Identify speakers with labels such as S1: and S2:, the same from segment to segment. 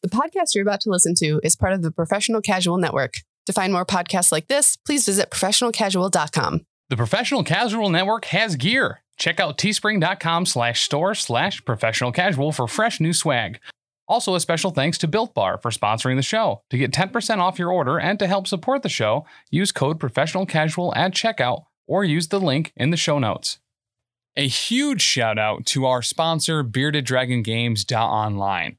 S1: The podcast you're about to listen to is part of the Professional Casual Network. To find more podcasts like this, please visit professionalcasual.com.
S2: The Professional Casual Network has gear. Check out teespring.com slash store slash professional casual for fresh new swag. Also, a special thanks to Built Bar for sponsoring the show. To get 10% off your order and to help support the show, use code professional casual at checkout or use the link in the show notes. A huge shout out to our sponsor, Bearded Dragon Games Online.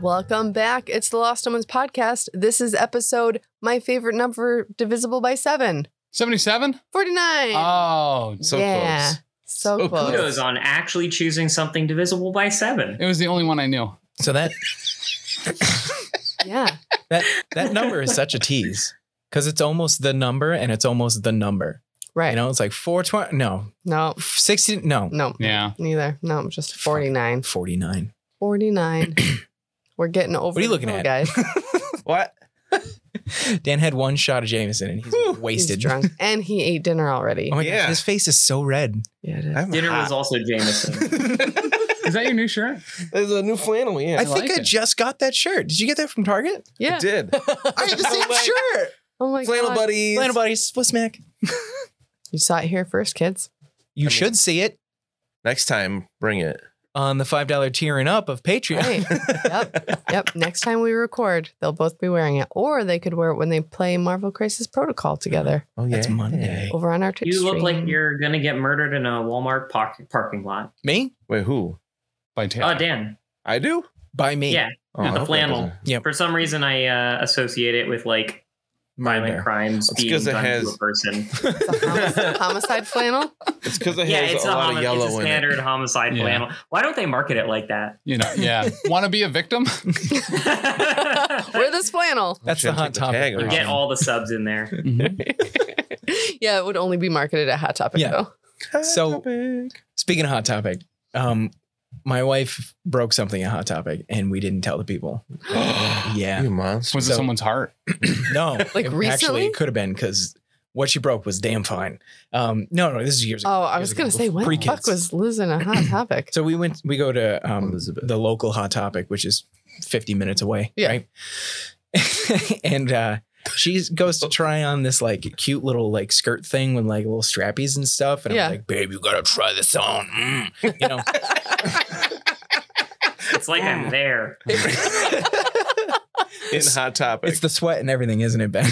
S1: Welcome back. It's the Lost Omens podcast. This is episode my favorite number divisible by 7.
S2: 77?
S1: 49.
S3: Ah,
S2: Oh, so
S1: yeah.
S2: close.
S1: So,
S2: So
S4: Uh,
S1: close.
S5: Kudos on actually choosing something divisible by seven.
S2: It was the only one I knew.
S3: So that
S1: Yeah.
S3: that that number is such a tease because it's almost the number and it's almost the number.
S1: Right.
S3: You know, it's like 420. No,
S1: No.
S3: 60. No,
S1: No.
S2: Yeah.
S1: Neither. No, just 49.
S3: 49.
S1: 49. We're getting over
S3: What are you
S1: the
S3: looking
S1: hill,
S3: at?
S1: guys.
S3: What? Dan had one shot of Jameson and he's
S1: He's
S3: wasted.
S1: drunk. And he ate dinner already.
S3: Oh my
S4: Yeah.
S3: God, his face is so red.
S1: Yeah, it is.
S4: I'm
S5: Dinner
S4: hot.
S5: was also Jameson.
S2: Is that your new shirt?
S4: There's a new flannel. Yeah,
S3: I,
S4: I,
S3: think
S2: like
S3: I
S2: it.
S3: just got that shirt. Did you get that from Target?
S1: yeah.
S4: did. I had the same shirt.
S1: Oh my
S4: flannel
S1: god.
S4: buddies.
S3: Flannel buddies, split smack.
S1: You saw it here first, kids.
S3: You
S4: I mean-
S3: should see it
S4: Next time, bring it.
S3: on the five dollar tier and up of Patreon.
S1: Right. yep. Yep. Next time we record, they'll both be wearing it. Or they could wear it when they play Marvel Crisis Protocol together
S4: Oh
S3: That's Monday.
S1: over on our Twitch
S5: You look like
S1: stream.
S5: you're gonna get murdered in a Walmart park- parking lot.
S3: Me
S4: Wait, who?
S2: By
S5: Oh,
S2: Taylor.
S5: Dan.
S4: I do.
S3: by me.
S5: Yeah.
S4: Oh,
S5: The
S4: okay.
S5: flannel. For some reason, I uh, associate it with like violent
S3: Murder.
S5: crimes
S4: It's
S5: being
S4: 'cause it
S5: done to
S4: has-
S5: a person.
S1: It's a homic- homicide flannel.
S4: It's because it
S5: yeah,
S4: has
S5: it's
S4: a,
S5: a,
S4: lot
S5: homi-
S4: of
S5: it's
S4: yellow
S5: a
S4: in
S5: standard
S4: it.
S5: homicide
S2: Yeah.
S5: flannel. Why don't they market it like that?
S2: You know, yeah. Want to be a victim?
S5: Mm-hmm.
S1: Wear this flannel.
S3: That's the
S4: Should've
S3: hot
S4: took the
S3: topic.
S4: tag off.
S5: Get all the subs in there.
S1: Yeah, it would only be marketed at Hot Topic
S3: Yeah.
S1: though.
S3: So-
S4: Topic.
S3: Speaking of Hot Topic, um, my wife broke something at Hot Topic and we didn't tell the people. Yeah.
S4: you monster.
S2: Was it
S3: So-
S2: someone's heart?
S3: No.
S1: Like
S3: it- Actually,
S1: recently?
S3: it could have been because what she broke was damn fine. Um, no, no, this is years ago.
S1: Oh, I
S3: Years
S1: was gonna
S3: ago,
S1: say, when the
S3: pre-kids.
S1: fuck was Liz in a Hot Topic?
S3: So we went, we go to um,
S4: Elizabeth.
S3: the local Hot Topic, which is 50 minutes away.
S1: Yeah.
S3: Right. and uh, she goes to try on this like cute little like skirt thing with like little strappies and stuff. And
S1: Yeah.
S3: I'm like, babe, you gotta try this on. Mm. You know,
S5: It's like I'm there.
S4: In hot topic.
S3: it's the sweat and everything, isn't it, Ben?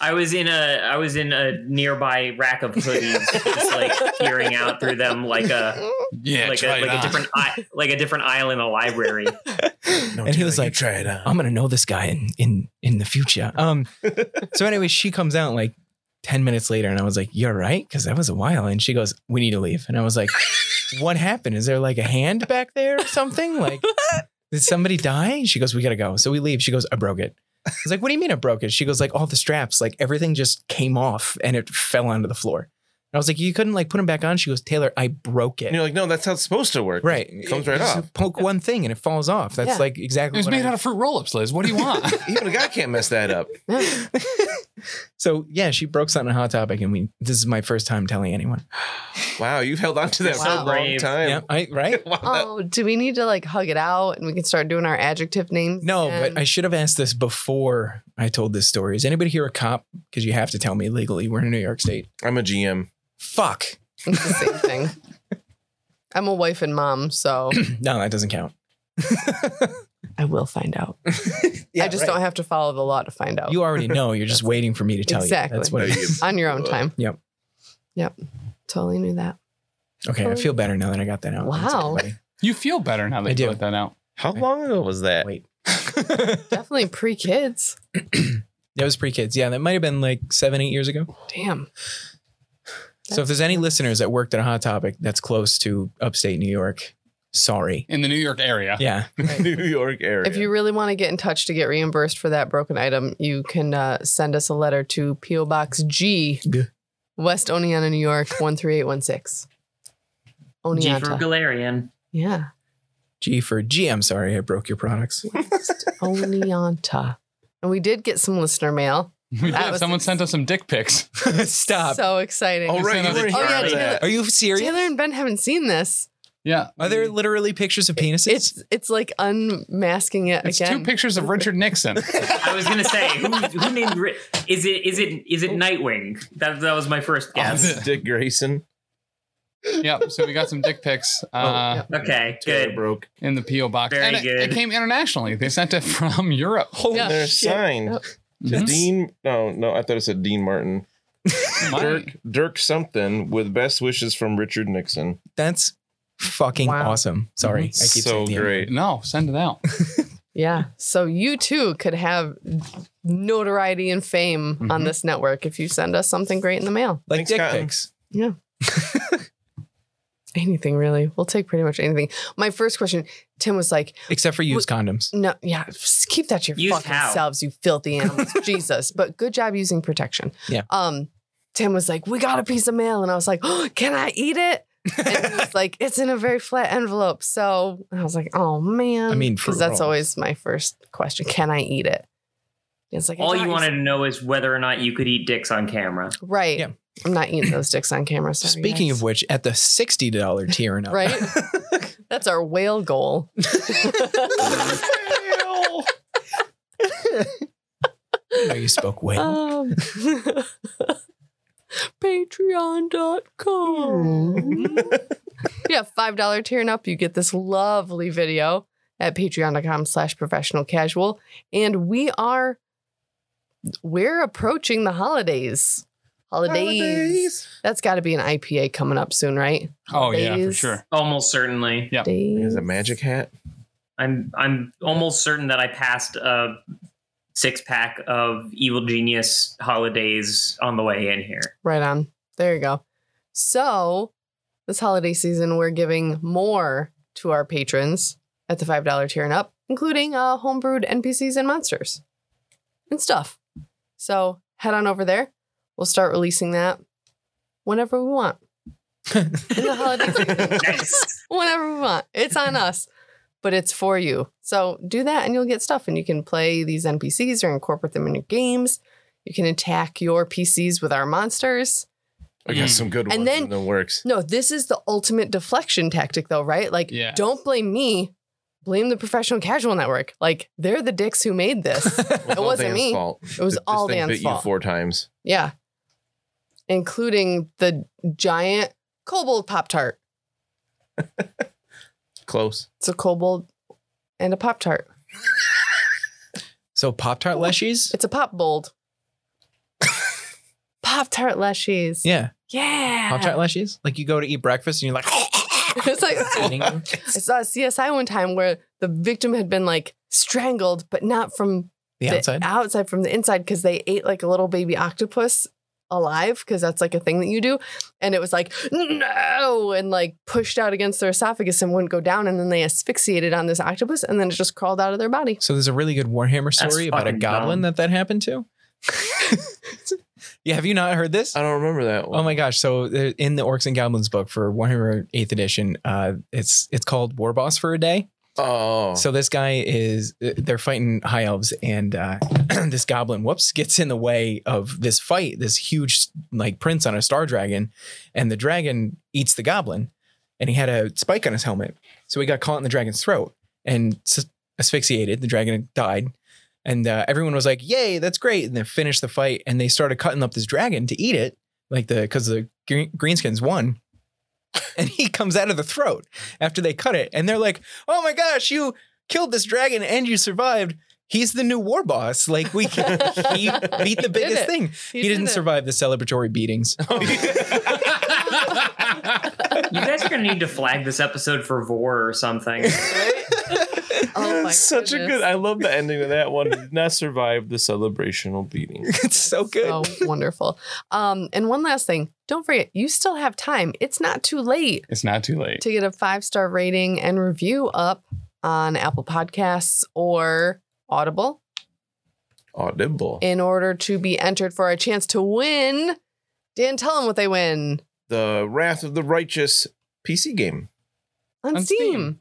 S5: I was in a I was in a nearby rack of hoodies, just like peering out through them like a
S2: Yeah.
S5: like a
S2: try it
S5: like a
S2: on.
S5: different I, like a different aisle in a library.
S4: No,
S3: and he
S4: Taylor,
S3: was
S4: you
S3: like,
S4: "Try it on."
S3: I'm gonna know this guy in in in the future. Um. so anyway, she comes out like ten minutes later, and I was like, "You're right," because that was a while. And she goes, "We need to leave." And I was like, "What happened? Is there like a hand back there or something? Like, did somebody die?" And she goes, "We gotta go." So we leave. She goes, "I broke it." I was like, "What do you mean I broke it?" She goes, "Like all the straps, like everything just came off and it fell onto the floor." And I was like, "You couldn't like put them back on?" She goes, "Taylor, I broke it."
S4: And you're like, no, that's how it's supposed to work.
S3: Right,
S4: It comes right
S3: Just
S4: off.
S3: Poke one thing and it falls off. That's
S1: Yeah.
S3: like exactly.
S2: It was
S3: what
S2: made
S3: I-
S2: out of fruit roll-ups, Liz. What do you want?
S4: Even a guy can't mess that up.
S3: So yeah, she broke something on hot topic, and we. This is my first time telling anyone.
S4: Wow, you've held on to that
S5: So
S4: for a long
S5: brave.
S4: time.
S3: Yeah, I, right?
S4: Wow, that-
S3: uh,
S1: oh, do we need to like hug it out and we can start doing our adjective names?
S3: No,
S1: again?
S3: but I should have asked this before I told this story. Is anybody here a cop? Because you have to tell me legally. We're in New York State.
S4: I'm a GM.
S3: Fuck.
S1: it's the same thing. I'm a wife and mom, so
S3: No, that doesn't count.
S1: I will find out. I just don't have to follow the law to find out
S3: You already know. You're just waiting for me to tell
S1: Exactly.
S3: you. That's what it is.
S1: on your own time.
S3: Yep.
S1: Yep. Totally knew that.
S3: Okay, I feel better now that I got that out. That's
S1: Wow.
S3: okay,
S2: You feel better now
S3: I
S2: that
S3: do.
S2: you let that out.
S4: How long ago was that?
S3: Wait.
S1: Definitely pre kids.
S3: buddy. That was pre kids. Yeah, that might have been like seven, eight years ago.
S1: Damn.
S3: so if there's any listeners that worked at a hot topic that's close to upstate New York, sorry.
S2: in the New York area.
S3: Yeah.
S4: New York area.
S1: If you really want to get in touch to get reimbursed for that broken item, you can uh, send us a letter to P.O. Box G,
S3: G.
S1: West Oneonta, New York, 13816.
S5: G for
S1: Oneonta.
S5: Galarian.
S1: Yeah.
S3: G for G, I'm sorry, I broke your products.
S1: West Oneonta. And we did get some listener mail.
S2: We
S1: That
S2: did.
S1: was-
S2: Someone sent us some dick pics.
S3: Stop.
S1: So exciting.
S4: oh, right. You were
S2: Oh,
S4: here
S1: yeah,
S4: for
S1: Taylor-
S4: that.
S3: Are you serious?
S1: Taylor and Ben haven't seen this.
S2: Yeah.
S3: Are there literally pictures of penises?
S1: It's it's like unmasking it
S2: It's
S1: again.
S2: two pictures of Richard Nixon.
S5: I was gonna say who, who named Ri- is it is it is it Nightwing? That that was my
S2: Oh,
S5: first guess.
S4: Yes. Dick Grayson.
S2: yep. So we got some dick pics
S3: Oh,
S2: uh,
S5: Okay,
S4: Taylor
S5: good.
S4: broke.
S2: in the PO box.
S5: Very
S2: and it, it
S5: good.
S2: came internationally. They sent it from Europe. Mm-hmm.
S3: Holy
S1: Yeah. Oh,
S4: They're
S3: shit.
S4: signed.
S1: Yep.
S4: to Dean. No, no. I thought it said Dean Martin. Dirk,
S2: Mike,
S4: Dirk something with best wishes from Richard Nixon.
S3: That's fucking
S1: Wow.
S3: awesome. Sorry. I keep
S4: so
S3: saying the-
S4: great.
S2: No, send it out.
S1: Yeah. So you too could have notoriety and fame on
S5: Mm-hmm.
S2: Mhm.
S1: this network if you send us something great in the mail.
S3: Like
S4: Thanks,
S3: dick
S4: Cotton.
S3: pics.
S1: Anything really. We'll take pretty much anything. My first question, Tim was like,
S3: Except for used condoms.
S1: no, yeah, just keep that to your
S5: Use
S1: fucking
S5: how?
S1: selves, you filthy animals. Jesus. But good job using protection.
S3: Yeah.
S1: Um, Tim was like, We got a piece of mail. And I was like, oh, can I eat it? And he was like, it's in a very flat envelope. So I was like, oh man.
S3: I mean, fruit
S1: because that's
S3: rolls.
S1: always my first question. Can I eat it? And It's like I
S5: All
S1: got
S5: you wanted to know is whether or not you could eat dicks on camera.
S1: Right.
S3: Yeah.
S1: I'm not eating those dicks on camera. Sorry,
S3: Speaking
S1: guys.
S3: of which, at the $60 tier and up.
S1: Right? That's our whale goal.
S3: Oh, you spoke way.
S1: Um, Patreon.com. yeah, five dollar tier and up, you get this lovely video at patreon.com slash professional casual. And we are we're approaching the holidays. Holidays. That's gotta be an IPA coming up soon, right?
S2: Oh, yeah, for
S1: Holidays.
S2: sure.
S5: Almost certainly.
S2: Yep.
S4: Is
S1: Days.
S4: a magic hat.
S5: I'm I'm almost certain that I passed a six pack of Evil Genius holidays on the way in here.
S1: Right on. There you go. So, this holiday season, we're giving more to our patrons at the $5 tier and up, including uh, homebrewed NPCs and monsters and stuff. So, head on over there. We'll start releasing that whenever we want. In the holiday season,
S5: Nice.
S1: whenever we want. It's on us, but it's for you. So, do that and you'll get stuff, and you can play these NPCs or incorporate them in your games. You can attack your PCs with our monsters.
S4: I
S2: Mm.
S4: got some good
S1: And
S4: ones
S1: then-
S4: in the works.
S1: No, this is the ultimate deflection tactic, though, right? Like,
S2: Yeah.
S1: don't blame me. Blame the professional casual network. Like, they're the dicks who made this.
S4: Well, it's all
S1: wasn't
S4: Dan's
S1: me.
S4: Fault.
S1: It was
S4: This
S1: all
S4: thing
S1: Dan's
S4: bit
S1: fault.
S4: You four times.
S1: yeah. Including the giant kobold Pop Tart.
S4: Close.
S1: It's a kobold and a Pop Tart.
S3: so Pop Tart Leshies?
S1: It's a Pop Bold. Pop Tart Leshies.
S3: Yeah.
S1: Yeah.
S3: Pop Tart Leshies? Like you go to eat breakfast and you're like,
S1: It's like,
S3: eating them?
S1: I saw a CSI one time where the victim had been like strangled, but not from
S3: the outside?
S1: from the inside because they ate like a little baby octopus alive because that's like a thing that you do and it was like no and like pushed out against their esophagus and wouldn't go down and then they asphyxiated on this octopus and then it just crawled out of their body
S3: So there's a really good Warhammer story about a
S5: fucking
S3: goblin
S5: dumb.
S3: that that happened to. yeah, have you not heard this?
S4: I don't remember that one.
S3: Oh my gosh! So there- in the Orcs and Goblins book for Warhammer Eighth Edition, uh, it's it's called War Boss for a Day.
S4: Oh.
S3: So this guy is uh, they're fighting high elves, and uh, this goblin whoops gets in the way of this fight. This huge like prince on a star dragon, and the dragon eats the goblin, and he had a spike on his helmet, so he got caught in the dragon's throat and s- asphyxiated. The dragon died. And uh, everyone was like, "Yay, that's great!" And they finished the fight, and they started cutting up this dragon to eat it, like the because the green, greenskins won. And he comes out of the throat after they cut it, and they're like, "Oh my gosh, you killed this dragon and you survived! He's the new war boss! Like we can, he beat the
S1: Did
S3: biggest
S1: it.
S3: thing. He, didn't
S1: did it.
S3: survive the celebratory beatings.
S5: You guys are gonna need to flag this episode for vor or something.
S1: Oh my
S4: Such a
S1: goodness.
S4: good. I love the ending of that one. Did not survive the celebrational beating.
S3: it's so good.
S1: So Oh, wonderful. Um, and one last thing. Don't forget, you still have time. It's not too late
S2: It's not too late.
S1: to get a five star rating and review up on Apple Podcasts or Audible
S4: Audible.
S1: in order to be entered for a chance to win. Dan, tell them what they win
S4: The Wrath of the Righteous PC game.
S1: on,
S2: On
S1: Steam.
S2: Steam.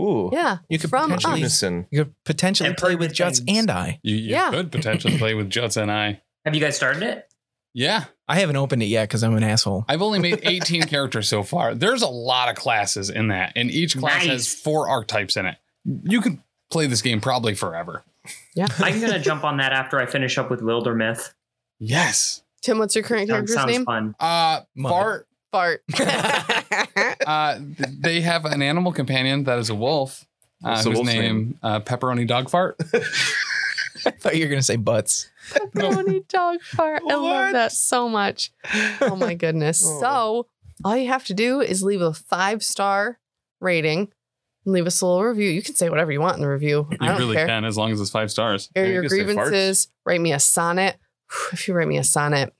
S4: Ooh.
S1: Yeah.
S3: You could
S1: From
S3: potentially
S1: us.
S4: Unison.
S3: you could potentially
S5: And
S3: play with
S5: pertinent
S3: Juts
S5: things.
S3: and I.
S2: You, you
S1: Yeah.
S2: could potentially play with Juts and I.
S5: Have you guys started it?
S2: Yeah,
S3: I haven't opened it yet because I'm an asshole.
S2: I've only made 18 characters so far. There's a lot of classes in that, and each class has
S5: Nice.
S2: four archetypes in it. You could play this game probably forever.
S5: I'm gonna jump on that after I finish up with Wilder Myth.
S2: Yes.
S1: Tim, what's your current
S5: Sounds,
S1: character's
S5: sounds
S1: name?
S5: fun.
S2: Uh,
S3: Mother.
S2: Bart,
S1: Bart.
S2: uh, th- they have an animal companion that is a wolf. Uh, whose
S4: What's the wolf's
S2: name,
S4: name?
S2: Uh, Pepperoni Dog Fart.
S3: I thought you were gonna say butts.
S1: Pepperoni dog fart. I love
S4: What?
S1: that so much. Oh my goodness.
S4: Oh.
S1: So all you have to do is leave a five star rating and leave us a little review. You can say whatever you want in the review. I
S2: You
S1: don't
S2: really
S1: care.
S2: can, as long as it's five stars.
S1: Air
S4: You
S1: your
S4: can say farts.
S1: grievances. Write me a sonnet. If you write me a sonnet,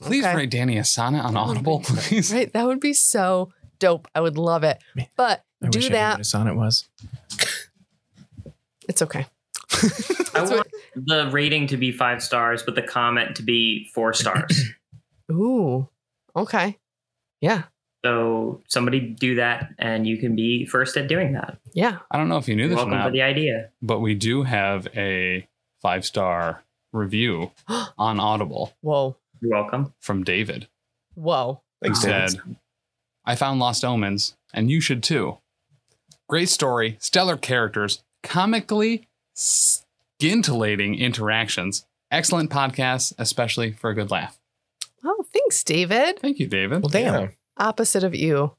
S2: Please
S1: Okay. Oh,
S2: write Danny a sonnet on
S1: That would
S2: Audible,
S1: be-
S2: please.
S1: right? That would be so dope. I would love it.
S3: Man,
S1: But
S3: I
S1: do
S3: wish I knew what
S1: that.
S3: a sonnet was.
S1: It's okay.
S5: I
S1: That's what-
S5: want the rating to be five stars, but the comment to be four stars.
S1: Ooh. Okay. Yeah.
S5: so somebody do that, and you can be first at doing that.
S1: Yeah.
S2: I don't know if you knew
S5: You're
S2: this or
S5: welcome for
S2: not,
S5: the idea.
S2: but we do have a five star review on Audible
S1: Whoa.
S5: You're welcome.
S2: from David.
S1: Whoa.
S2: who
S4: Thanks, Dan.
S2: said, I found Lost Omens, and you should too. Great story, stellar characters, comically scintillating interactions, excellent podcasts, especially for a good laugh.
S1: Oh, thanks, David.
S2: Thank you, David.
S3: Well, damn.
S4: Yeah.
S1: Opposite of you.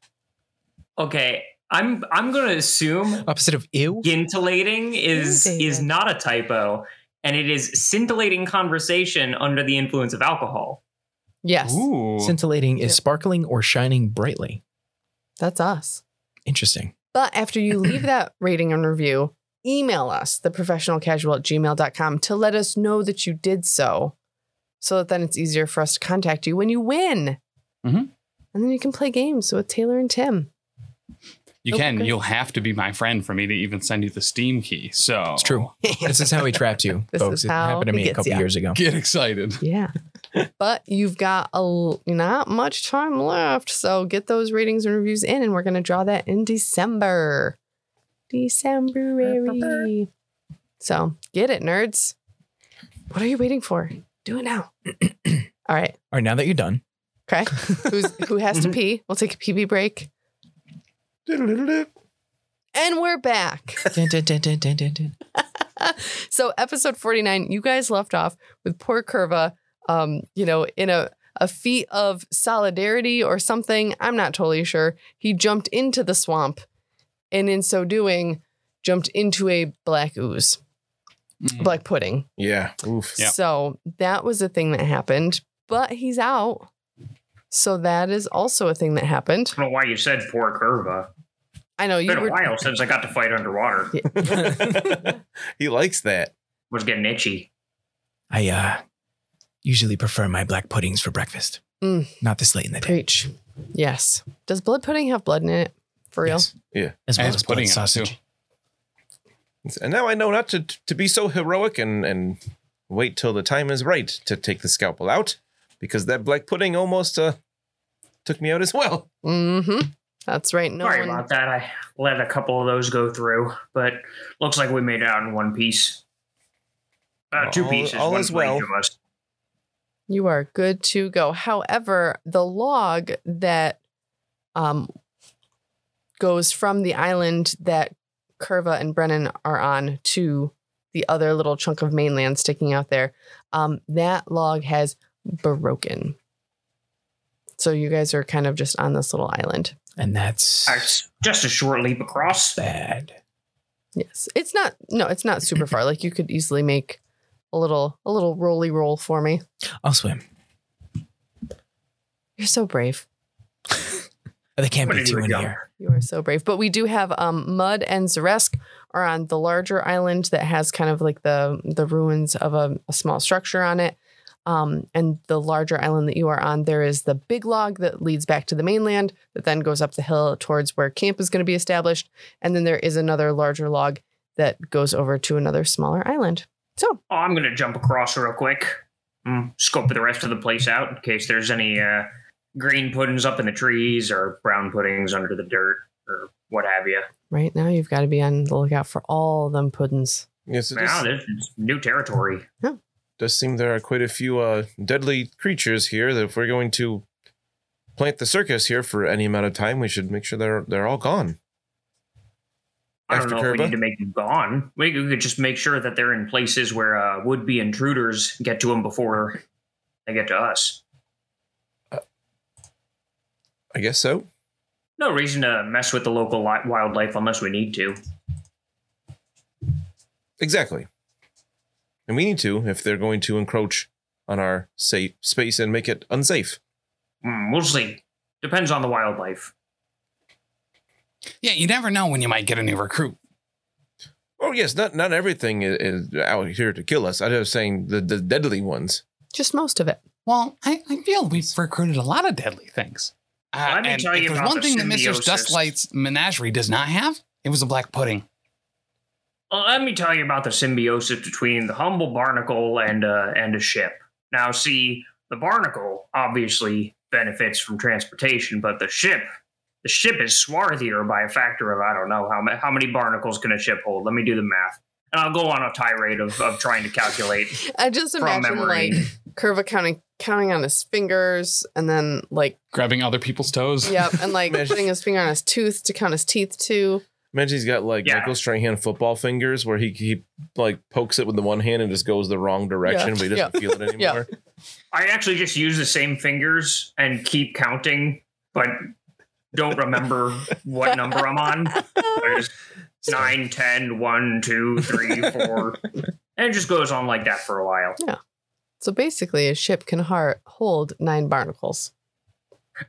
S5: Okay, I'm I'm gonna assume
S3: Opposite of ew.
S5: scintillating is
S1: Ooh,
S5: is
S1: David.
S5: not a typo, and it is scintillating conversation under the influence of alcohol.
S1: Yes.
S2: Ooh.
S3: Scintillating
S1: Yeah.
S3: is sparkling or shining brightly.
S1: That's us.
S3: Interesting.
S1: But after you leave that rating and review, email us, theprofessionalcasual at gmail.com, to let us know that you did so, so that then it's easier for us to contact you when you win. Mm-hmm.
S2: Mhm.
S1: And then you can play games with Taylor and Tim.
S2: you can.
S1: Okay.
S2: You'll have to be my friend for me to even send you the Steam key. So
S3: It's true. this is how he trapped you,
S1: This
S3: folks.
S1: is
S3: It
S1: how
S3: happened to
S1: he
S3: me a
S1: gets
S3: couple
S1: ya.
S3: years ago.
S2: Get excited.
S1: Yeah. but you've got a l- not much time left, so get those ratings and reviews in, and we're going to draw that in December. Decemberary. So get it, nerds. What are you waiting for? Do it now. All right.
S3: All right, now that you're done,
S1: Okay. Who's, who has to pee? We'll take a PB break. And we're back.
S3: Dun, dun, dun, dun, dun, dun, dun.
S1: so, episode 49, you guys left off with poor Curva, um, you know, in a, a feat of solidarity or something. I'm not totally sure. He jumped into the swamp and, in so doing, jumped into a black ooze,
S2: Mm.
S1: black pudding.
S4: Yeah. Oof.
S2: Yeah.
S1: So that was a thing that happened, but he's out. So that is also a thing that happened.
S5: I don't know why you said poor curva.
S1: I know you were
S5: while since I got to fight underwater.
S4: he likes that.
S5: Was getting itchy.
S3: I uh, usually prefer my black puddings for breakfast.
S1: Mm.
S3: Not this late in the day.
S1: preach. Yes. Does blood pudding have blood in it? For real?
S3: Yes.
S4: Yeah.
S3: As well
S2: And it's
S3: as pudding
S2: pudding on it, too.
S3: sausage.
S4: And now I know not to to be so heroic and and wait till the time is right to take the scalpel out because that black pudding almost uh took me out as well.
S1: Mm-hmm. That's right. No
S5: Sorry
S1: one.
S5: about that. I let a couple of those go through, but looks like we made it out in one piece. Uh, two
S4: All-
S5: pieces.
S4: all
S5: one
S4: is
S5: for each
S4: well.
S5: of us.
S1: You are good to go. However, the log that um goes from the island that Curva and Brennan are on to the other little chunk of mainland sticking out there, um, that log has broken. So you guys are kind of just on this little island.
S3: And that's
S5: That's just a short leap across. Oh,
S3: bad.
S1: Yes. It's not no, it's not super far. Like you could easily make a little a little roly roll for me.
S3: I'll swim.
S1: You're so brave.
S3: They can't
S5: What
S3: be
S5: did you
S3: two in
S5: jump?
S3: here.
S1: You are so brave. But we do have um, Mud and Zaresk are on the larger island that has kind of like the the ruins of a, a small structure on it. Um, and the larger island that you are on, there is the big log that leads back to the mainland that then goes up the hill towards where camp is going to be established. And then there is another larger log that goes over to another smaller island.
S5: Oh, I'm gonna jump across real quick. Mm, scope the rest of the place out in case there's any uh, green puddings up in the trees or brown puddings under the dirt or what have you.
S1: Right now, you've got to be on the lookout for all them puddins.
S4: Yes, it does,
S5: Now oh, this is new territory.
S4: does seem there are quite a few uh, deadly creatures here. That if we're going to plant the circus here for any amount of time, we should make sure they're they're all gone.
S5: I don't
S4: After
S5: know if
S4: Kerba?
S5: we need to make them gone. We could we could just make sure that they're in places where uh, would-be intruders get to them before they get to us.
S4: I guess so.
S5: No reason to mess with the local li- wildlife unless we need to.
S4: Exactly. And we need to if they're going to encroach on our safe space and make it unsafe.
S5: Mm, we'll see. Depends on the wildlife.
S2: Yeah, you never know when you might get a new recruit.
S4: Oh yes, not not everything is, is out here to kill us. I was saying the, the deadly ones.
S1: Just most of it.
S2: Well, I, I feel we've recruited a lot of deadly things. Uh,
S5: Let me
S2: and
S5: tell
S2: if
S5: you
S2: there's
S5: about
S2: one
S5: the
S2: thing that Mr.
S5: symbiosis.
S2: Dustlight's menagerie does not have, it was a black pudding.
S5: Well, let me tell you about the symbiosis between the humble barnacle and uh, and a ship. Now, see, the barnacle obviously benefits from transportation, but the ship, the ship is swarthier by a factor of I don't know how ma- how many barnacles can a ship hold. Let me do the math, and I'll go on a tirade of, of trying to calculate
S1: I just
S5: from
S1: imagine
S5: memory.
S1: like Curva counting counting on his fingers and then like
S2: Grabbing other people's toes.
S1: yep and like
S4: Imagine-
S1: putting his finger on his tooth to count his teeth too.
S4: Imagine he's got like
S5: Yeah.
S4: Michael Strahan football fingers where he, he like pokes it with the one hand and just goes the wrong direction,
S1: Yeah.
S4: but he doesn't feel it
S1: Yeah.
S4: anymore.
S5: I actually just use the same fingers and keep counting, but don't remember what number I'm on. I just- Nine, ten, one, two, three, four. And it just goes on like that for a while.
S1: So basically, a ship can har- hold nine barnacles.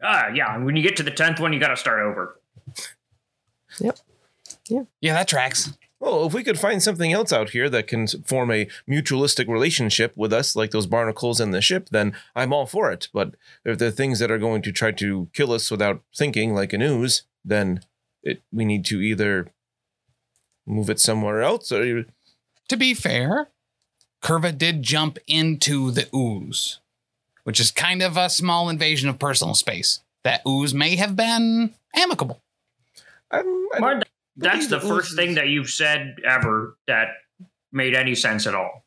S5: Ah, yeah. And when you get to the tenth one, you got to start over.
S2: Yeah, that tracks.
S4: Well, if we could find something else out here that can s- form a mutualistic relationship with us, like those barnacles and the ship, then I'm all for it. But if there are things that are going to try to kill us without thinking, like an ooze, then it, we need to either move it somewhere else or um,
S2: To be fair, Curva did jump into the ooze, which is kind of a small invasion of personal space. That ooze may have been amicable.
S4: I'm, I
S5: Martin, that's
S4: believe
S5: the
S4: it
S5: first
S4: was-
S5: thing that you've said ever that made any sense at all.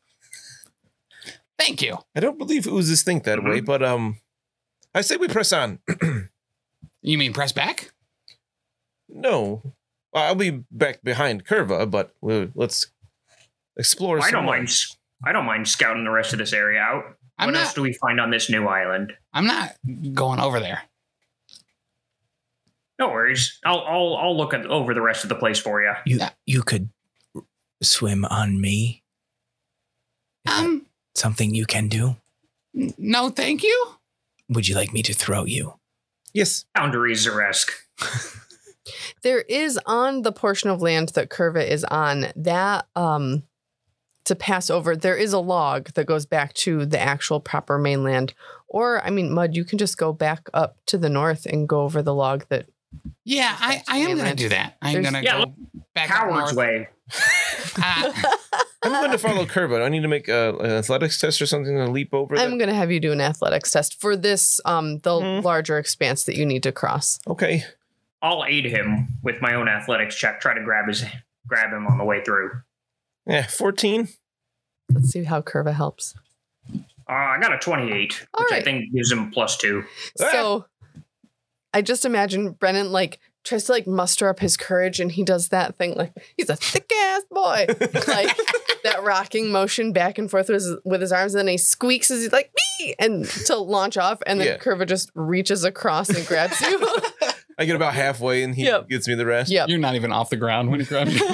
S2: Thank you.
S4: I don't believe oozes think that way, but um, I say we press on.
S2: You mean press back?
S4: No, Well, I'll be back behind Curva, but we'll, let's explore.
S5: I
S4: some
S5: don't
S4: more.
S5: mind. s- I don't mind scouting the rest of this area out.
S2: I'm
S5: what
S2: not.
S5: else do we find on this new island?
S2: I'm not going over there.
S5: No worries. I'll I'll I'll look at, over the rest of the place for you.
S3: You
S2: Yeah.
S3: you could swim on me. Is that
S2: Um,
S3: something you can do.
S2: n- no, thank you.
S3: Would you like me to throw you?
S4: Yes,
S5: Boundaries, Zeresk.
S1: There is on the portion of land that Curva is on that um to pass over. There is a log that goes back to the actual proper mainland, or I mean, Mud, you can just go back up to the north and go over the log that
S2: Yeah, I, I am gonna
S1: Mainland.
S2: do that. I'm
S1: There's-
S2: gonna
S5: Yeah,
S2: go back up
S5: Coward's
S2: north.
S5: way.
S2: Ah,
S4: I'm going to follow Curva. Do I need to make a, an athletics test or something to leap over.
S1: I'm
S4: that?
S1: going to have you do an athletics test for this um the
S4: Mhm.
S1: larger expanse that you need to cross.
S4: Okay,
S5: I'll aid him with my own athletics check. Try to grab his grab him on the way through.
S4: yeah, fourteen.
S1: Let's see how Curva helps.
S5: Uh, I got a twenty-eight,
S1: All
S5: which I
S1: right.
S5: think gives him plus two.
S4: Ah!
S1: So I just imagine Brennan like tries to like muster up his courage and he does that thing like he's a thick ass boy. like that rocking motion back and forth with his, with his arms and then he squeaks as he's like me and to launch off and then
S4: Yeah.
S1: Curva just reaches across and grabs you.
S4: I get about halfway, and he
S1: Yep.
S4: gets me the rest.
S1: yep.
S2: You're not even off the ground when he grabs you.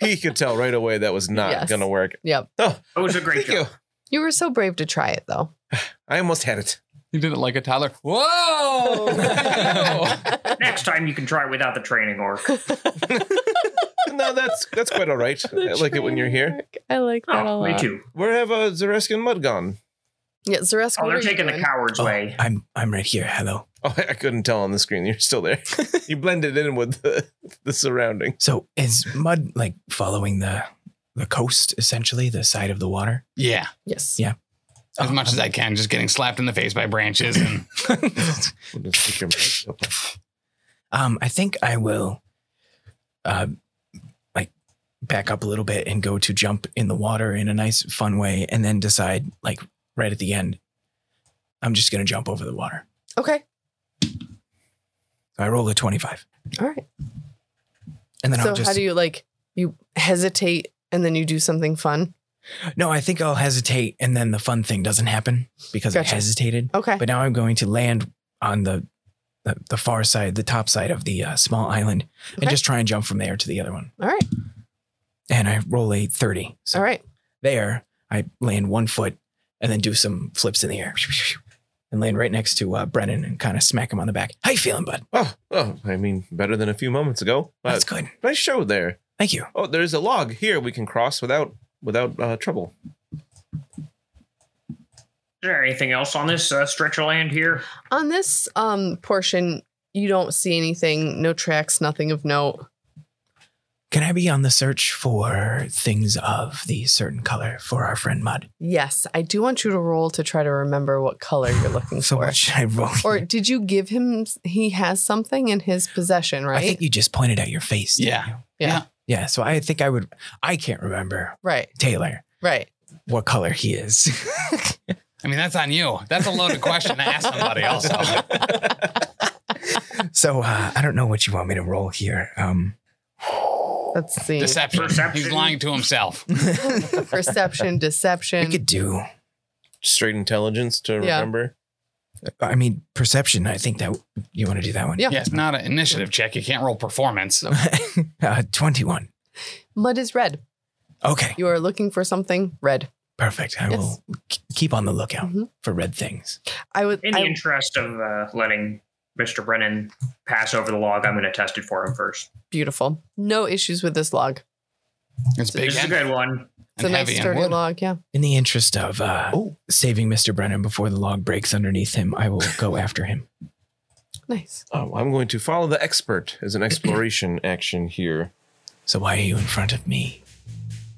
S4: He could tell right away that was not
S1: Yes.
S4: going to work.
S1: yep.
S5: It was a great
S4: Thank
S5: job.
S4: you.
S1: You were so brave to try it though.
S4: I almost had it.
S2: he did it like a toddler. Whoa!
S5: Next time you can try without the training orc.
S4: And no, that's that's quite all right. I like it when you're here.
S1: Trademark. I like that a
S5: Oh,
S1: lot.
S5: me too.
S4: Where have uh, Zaresk and Mud gone?
S1: Yeah, Zaresk,
S5: Oh,
S1: what
S5: they're
S1: are you
S5: taking the
S1: doing?
S5: coward's way.
S3: I'm I'm right here. Hello.
S4: Oh, I I couldn't tell on the screen. You're still there. you blended in with the, the surrounding.
S3: So is mud like following the the coast essentially, the side of the water?
S2: Yeah,
S1: Yes.
S3: Yeah.
S2: as much as I can, just getting slapped in the face by branches. And
S4: We'll just stick your mic open.
S3: Um, I think I will, uh, like back up a little bit and go to jump in the water in a nice, fun way, and then decide like right at the end, I'm just gonna jump over the water.
S1: Okay.
S3: So I roll a 25,
S1: All right.
S3: and then
S1: so
S3: I'll just
S1: how do you like you hesitate and then you do something fun?
S3: no. I think I'll hesitate, and then the fun thing doesn't happen because
S1: Gotcha.
S3: I hesitated.
S1: Okay.
S3: But now I'm going to land on the the, the far side, the top side of the uh, small island, and
S1: Okay.
S3: just try and jump from there to the other one.
S1: All right.
S3: And I roll a 30. So
S1: All right.
S3: there, I land one foot and then do some flips in the air and land right next to uh, Brennan and kind of smack him on the back. How you feeling, bud?
S4: Oh, oh, I mean, better than a few moments ago. Uh,
S3: That's good.
S4: nice show there.
S3: Thank you.
S4: Oh, there's a log here we can cross without without uh, trouble.
S5: Is there anything else on this uh, stretch of land here?
S1: On this um portion, you don't see anything, no tracks, nothing of note.
S3: Can I be on the search for things of the certain color for our friend Mud?
S1: Yes, I do want you to roll to try to remember what color you're looking
S3: So
S1: for.
S3: what should I roll?
S1: Or did you give him he has something in his possession, right?
S3: I think you just pointed at your face. didn't
S2: Yeah.
S3: you?
S1: Yeah.
S3: Yeah. So I think I would, I can't remember
S1: right.
S3: Taylor
S1: Right.
S3: what color he is.
S2: I mean, that's on you. That's a loaded question to ask somebody. Also,
S3: so uh, I don't know what you want me to roll here. Um,
S1: Let's see.
S2: deception. He's
S5: Perception.
S2: lying to himself.
S1: Perception,
S3: we
S1: deception.
S3: could do
S4: Straight intelligence to
S1: Yeah.
S4: remember.
S3: I mean, perception. I think that you want to do that one.
S1: Yeah.
S2: Yeah, it's not an initiative check. You can't roll performance.
S3: uh, 21.
S1: Mud is red.
S3: Okay.
S1: You are looking for something red.
S3: Perfect. I
S1: Yes.
S3: will k- keep on the lookout
S1: Mhm.
S3: for red things.
S1: I would
S5: In the
S1: I,
S5: interest of uh, letting Mr. Brennan pass over the log, I'm going to test it for him first.
S1: beautiful. No issues with this log.
S2: It's big
S5: This is a
S2: and,
S5: good one.
S1: It's a
S2: and
S1: nice
S2: heavy and
S1: sturdy
S2: wood.
S1: log, yeah.
S3: In the interest of uh, saving Mr. Brennan before the log breaks underneath him, I will go after him.
S1: Nice.
S4: Oh, I'm going to follow the expert as an exploration action here.
S3: So why are you in front of me?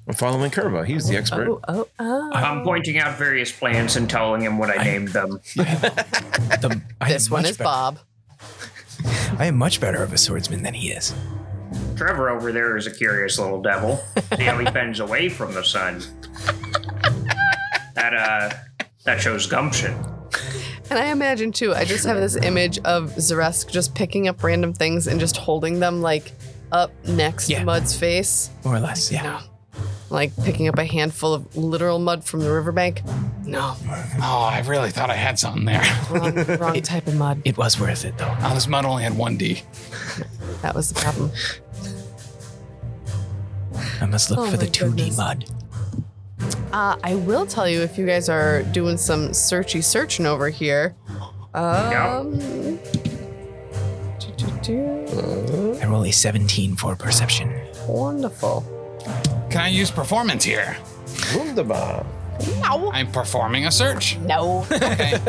S4: I'm following Curva. He's the expert.
S1: Oh, oh, oh.
S5: I'm pointing out various plants and telling him what I,
S3: I-
S5: named them.
S3: The- I
S1: this
S3: am
S1: one
S3: much
S1: is
S3: better-
S1: Bob.
S3: I am much better of a swordsman than he is.
S5: Trevor over there is a curious little devil. See how he bends away from the sun. That uh, that shows gumption.
S1: And I imagine too, I just have this image of Zaresk just picking up random things and just holding them like up next
S3: Yeah.
S1: to Mud's face.
S3: More or less, yeah.
S1: No. Like picking up a handful of literal mud from the riverbank. No.
S2: Oh, I really thought I had something there.
S1: Wrong, wrong type of mud.
S3: It was worth it, though.
S2: Oh, this mud only had one D.
S1: That was the problem.
S3: I must look
S1: Oh
S3: for the
S1: my
S3: 2D
S1: goodness.
S3: mud.
S1: Uh, I will tell you if you guys are doing some searchy searching over here. Um. do, do, do.
S3: I roll a 17 for perception.
S1: Wonderful.
S2: Can I use performance here?
S4: Wunderbar.
S1: No.
S2: I'm performing a search.
S1: No.
S2: Okay.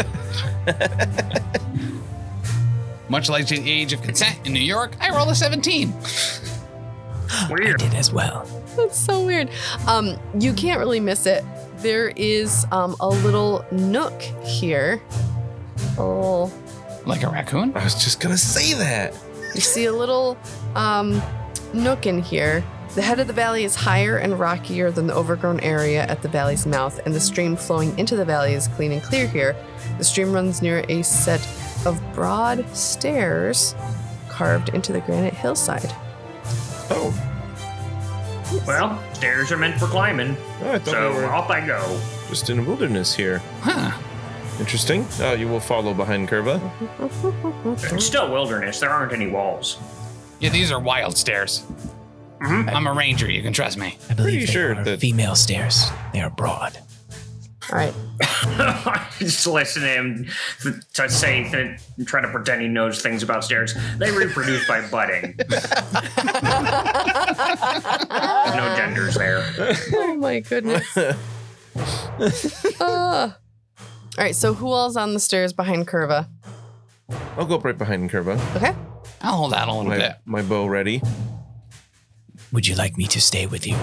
S2: Much like the age of consent in New York, I roll a 17.
S3: I
S5: Weird.
S3: did as well.
S1: That's so weird. Um, you can't really miss it. There is um, a little nook here. Oh,
S2: Like a raccoon?
S4: I was just gonna say that.
S1: you see a little um, nook in here. The head of the valley is higher and rockier than the overgrown area at the valley's mouth, and the stream flowing into the valley is clean and clear here. The stream runs near a set of broad stairs carved into the granite hillside.
S4: Oh,
S5: Well, stairs are meant for climbing,
S4: I thought
S5: so
S4: we were
S5: off I go.
S4: just in a wilderness here.
S2: Huh.
S4: Interesting. Uh, you will follow behind Curva.
S5: It's still wilderness. There aren't any walls.
S2: Yeah, these are wild stairs.
S5: Mhm.
S2: I'm a ranger, you can trust me.
S3: I believe
S4: Pretty
S3: they
S4: sure
S3: are
S4: that-
S3: female stairs. They are broad.
S1: All right.
S5: just listen to him th- to say that and try to pretend he knows things about stairs. They reproduce by budding. No genders there.
S1: oh my goodness. Ah. All right, so who all's on the stairs behind Curva?
S4: I'll go up right behind Kerba.
S1: Okay.
S2: I'll hold out a little
S4: My,
S2: bit.
S4: my bow ready.
S3: Would you like me to stay with you?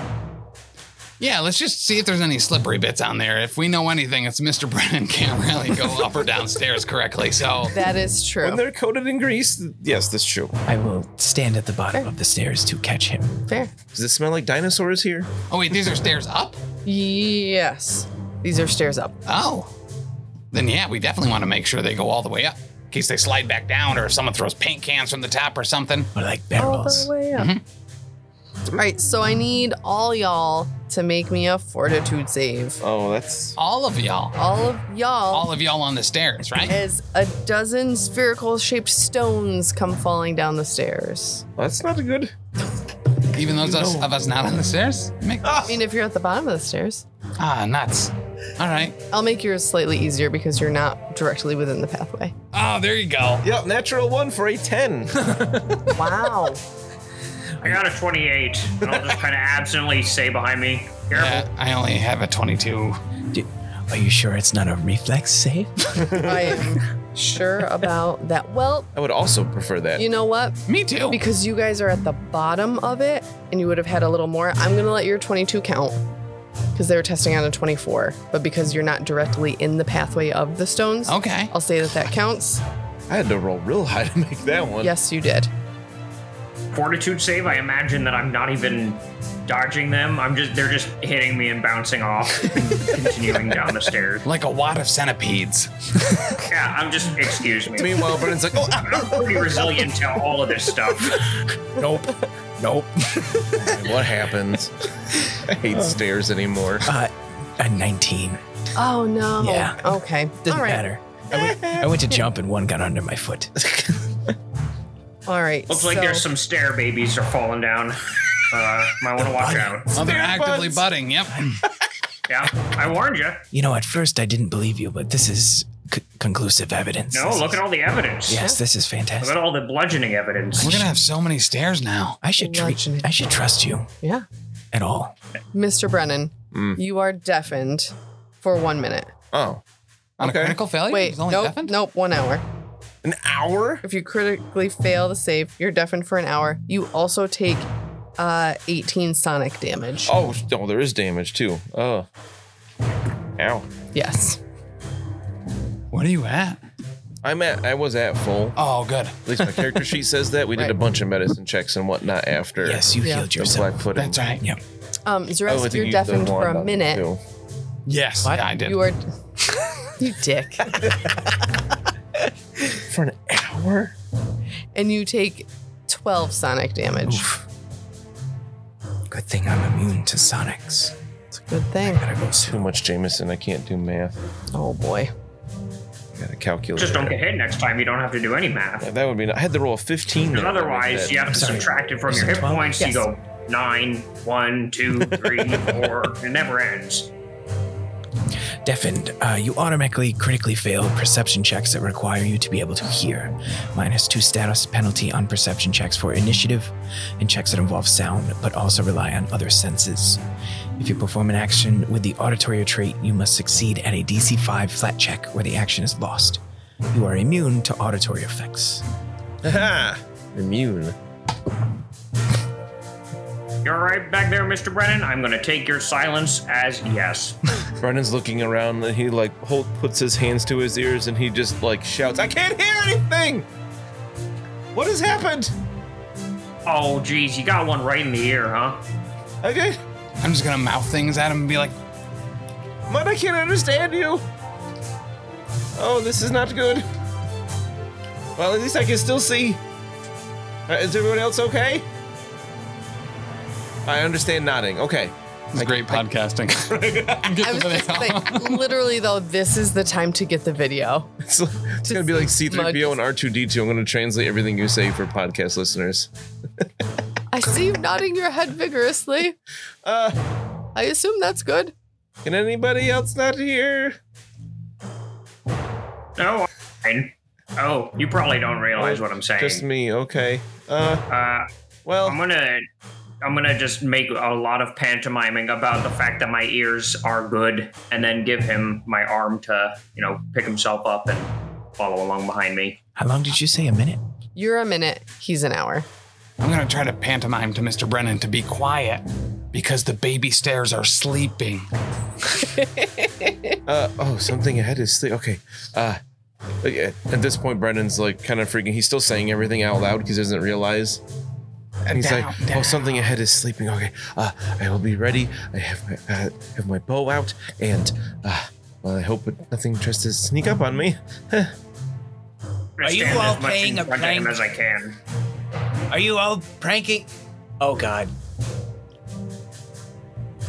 S2: Yeah, let's just see if there's any slippery bits on there. If we know anything, it's Mr. Brennan can't really go up or downstairs correctly. So
S1: That is true.
S4: When they're coated in grease, th- yes, that's true.
S3: I will stand at the bottom of the stairs to catch him.
S1: Fair.
S4: Does it smell like dinosaurs here?
S2: Oh wait, these are stairs up?
S1: Yes. These are stairs up.
S2: Oh. Then yeah, we definitely want to make sure they go all the way up. In case they slide back down or if someone throws paint cans from the top or something.
S3: Or like
S5: Oh,
S1: All the
S3: barrels.
S1: way up. All right, so I need all y'all to make me a fortitude save.
S4: Oh, that's
S2: All of y'all.
S1: All of y'all.
S2: All of y'all on the stairs, right?
S1: as a dozen spherical shaped stones come falling down the stairs.
S4: that's not good.
S2: Even those us, of us not on the stairs? Make,
S1: I mean, if you're at the bottom of the stairs,
S2: ah, nuts. All right.
S1: I'll make yours slightly easier because you're not directly within the pathway.
S2: Oh, there you go.
S4: Yep, natural one for a ten.
S1: Wow.
S5: I got a 28, and I'll just kind of absently say behind me, careful.
S2: Yeah, Uh, I only have a 22.
S3: Do- Are you sure it's not a reflex save?
S1: I am sure about that. Well,
S4: I would also prefer that.
S1: you know what?
S2: Me too.
S1: Because you guys are at the bottom of it and you would have had a little more, I'm going to let your 22 count because they were testing on a 24. But because you're not directly in the pathway of the stones,
S2: Okay.
S1: I'll say that that counts.
S4: I had to roll real high to make that one.
S1: Yes, you did.
S5: fortitude save, I imagine that I'm not even dodging them. I'm just they're just hitting me and bouncing off and continuing down the stairs.
S2: Like a wad of centipedes.
S5: Yeah, I'm just excuse me.
S4: Meanwhile, Brennan's like, oh, ah,
S5: I'm pretty resilient to all of this stuff.
S3: Nope. Nope.
S4: what happens? I hate stairs anymore.
S3: Uh, a 19.
S1: Oh, no.
S3: Yeah.
S1: Okay.
S3: Doesn't
S1: All right.
S3: matter. I went, I went to jump and one got under my foot.
S1: All right.
S5: Looks
S1: so,
S5: like there's some stair babies are falling down. Uh, might want to watch out.
S2: Oh, they're actively
S4: buds.
S2: budding. Yep.
S5: Yeah, I warned you.
S3: You know, at first I didn't believe you, but this is c- conclusive evidence.
S5: No,
S3: This
S5: look at
S3: is-
S5: all the evidence.
S3: Yes, this is
S5: Look
S3: fantastic.
S5: at all the bludgeoning evidence.
S2: We're going to have so many stairs now.
S3: I should treat,
S1: Legend.
S3: I should trust you
S1: Yeah.
S3: at all.
S1: Mr. Brennan,
S4: Mm.
S1: you are deafened for one minute.
S4: Oh,
S2: On
S4: Okay.
S2: a critical failure?
S1: Wait,
S2: It's only
S1: nope,
S2: deafened?
S1: nope, one hour.
S4: an hour?
S1: If you critically fail the save, you're deafened for an hour. You also take uh, 18 sonic damage.
S4: Oh, no, there is damage too. Oh. Ow.
S1: Yes.
S2: What are you at?
S4: I'm at, I was at full.
S2: Oh, good.
S4: At least my character sheet says that. We did a
S1: Right.
S4: bunch of medicine checks and whatnot after.
S3: Yes, you
S1: Yeah.
S3: healed
S4: the
S3: yourself.
S4: Blackfoot. and-
S2: That's right.
S3: Yep.
S1: Um,
S4: Oh, I
S1: Zeresk,
S4: would
S1: you're
S4: use the
S1: deafened for
S4: wand
S1: a
S4: on it,
S1: minute.
S4: too.
S2: Yes. Yeah, I did.
S1: You are. you dick.
S4: For an hour?
S1: And you take 12 sonic damage.
S3: Oof. Good thing I'm immune to Sonics.
S1: It's a good thing.
S3: Gotta go soon.
S4: Too much Jameson. I can't do math.
S1: Oh boy.
S4: I gotta calculate.
S5: Just don't get hit next time. You don't have to do any math.
S4: Yeah, that would be. n- I had to roll a 15.
S5: Because
S4: there.
S5: otherwise, you have to
S3: sorry.
S5: subtract it from
S3: Is
S5: your
S3: it
S5: hit
S3: 12?
S5: points.
S1: Yes.
S5: You go nine, one, two, three, four. It never ends.
S3: Deafened, uh, you automatically critically fail perception checks that require you to be able to hear. Minus two status penalty on perception checks for initiative and checks that involve sound, but also rely on other senses. If you perform an action with the auditory trait, you must succeed at a DC 5 flat check where the action is lost. You are immune to auditory effects.
S4: Ha! Immune.
S5: You're right back there, Mr. Brennan. I'm going to take your silence as yes.
S4: Brennan's looking around and he like Holt puts his hands to his ears and he just like shouts, "I can't hear anything! What has happened?
S5: oh, geez, you got one right in the ear, huh?
S4: Okay,
S2: I'm just going to mouth things at him and be like,
S4: man, I can't understand you. Oh, this is not good. Well, at least I can still see. Uh, is everyone else okay? I understand nodding. Okay.
S2: It's great podcasting. Get
S1: I was
S2: the
S1: just
S2: video.
S1: like, literally though, this is the time to get the video.
S4: It's, it's gonna be like C3PO and R2D2. I'm gonna translate everything you say for podcast listeners.
S1: I see you nodding your head vigorously.
S4: Uh,
S1: I assume that's good.
S4: Can anybody else not hear?
S5: Oh, fine. Oh, you probably don't realize what I'm saying.
S4: Just me. Okay. Uh,
S5: uh, I'm
S4: well,
S5: gonna, I'm gonna just make a lot of pantomiming about the fact that my ears are good, and then give him my arm to, you know, pick himself up and follow along behind me.
S3: How long did you say? A minute?
S1: You're a minute, he's an hour.
S2: I'm gonna try to pantomime to Mr. Brennan to be quiet because the baby stairs are sleeping.
S4: uh, oh, something ahead is sleep. Okay. Uh, okay, at this point, Brendan's like kind of freaking. He's still saying everything out loud because he doesn't realize. And he's
S2: Down,
S4: like, oh, something ahead is sleeping. Okay, uh, I will be ready. I have my uh, have my bow out, and uh, well, I hope nothing tries to sneak up on me.
S5: I
S3: Are you
S5: stand
S3: all
S5: as much
S3: playing
S5: in
S3: a
S5: front of him
S3: prank?
S5: as I can?
S3: Are you all pranking? Oh God.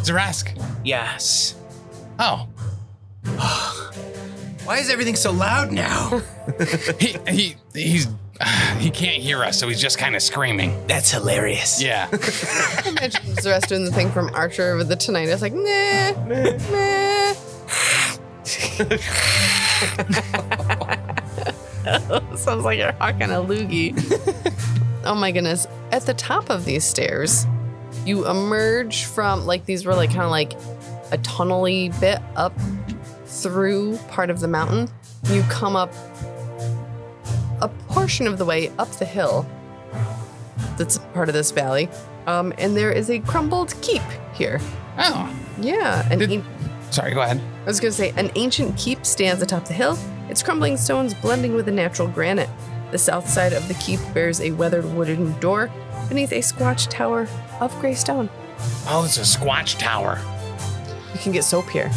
S2: Zarask.
S3: Yes.
S2: Oh,
S3: Why is everything so loud now?
S2: he he he's he can't hear us, so he's just kind of screaming.
S3: That's hilarious.
S2: Yeah.
S1: Imagine the rest doing the thing from Archer with the tonight. It's like, nah, nah. Sounds like you're hawking a loogie. oh my goodness. At the top of these stairs, you emerge from like these were like kind of like a tunnely bit up through part of the mountain. You come up a portion of the way up the hill that's part of this valley. Um, and there is a crumbled keep here.
S2: Oh,
S1: Yeah, an
S2: Did-
S1: an-
S2: sorry. Go ahead.
S1: I was going to say, an ancient keep stands atop the hill, its crumbling stones blending with the natural granite. The south side of the keep bears a weathered wooden door beneath a squatch tower of gray stone.
S2: Oh, it's a squatch tower.
S1: You can get soap here.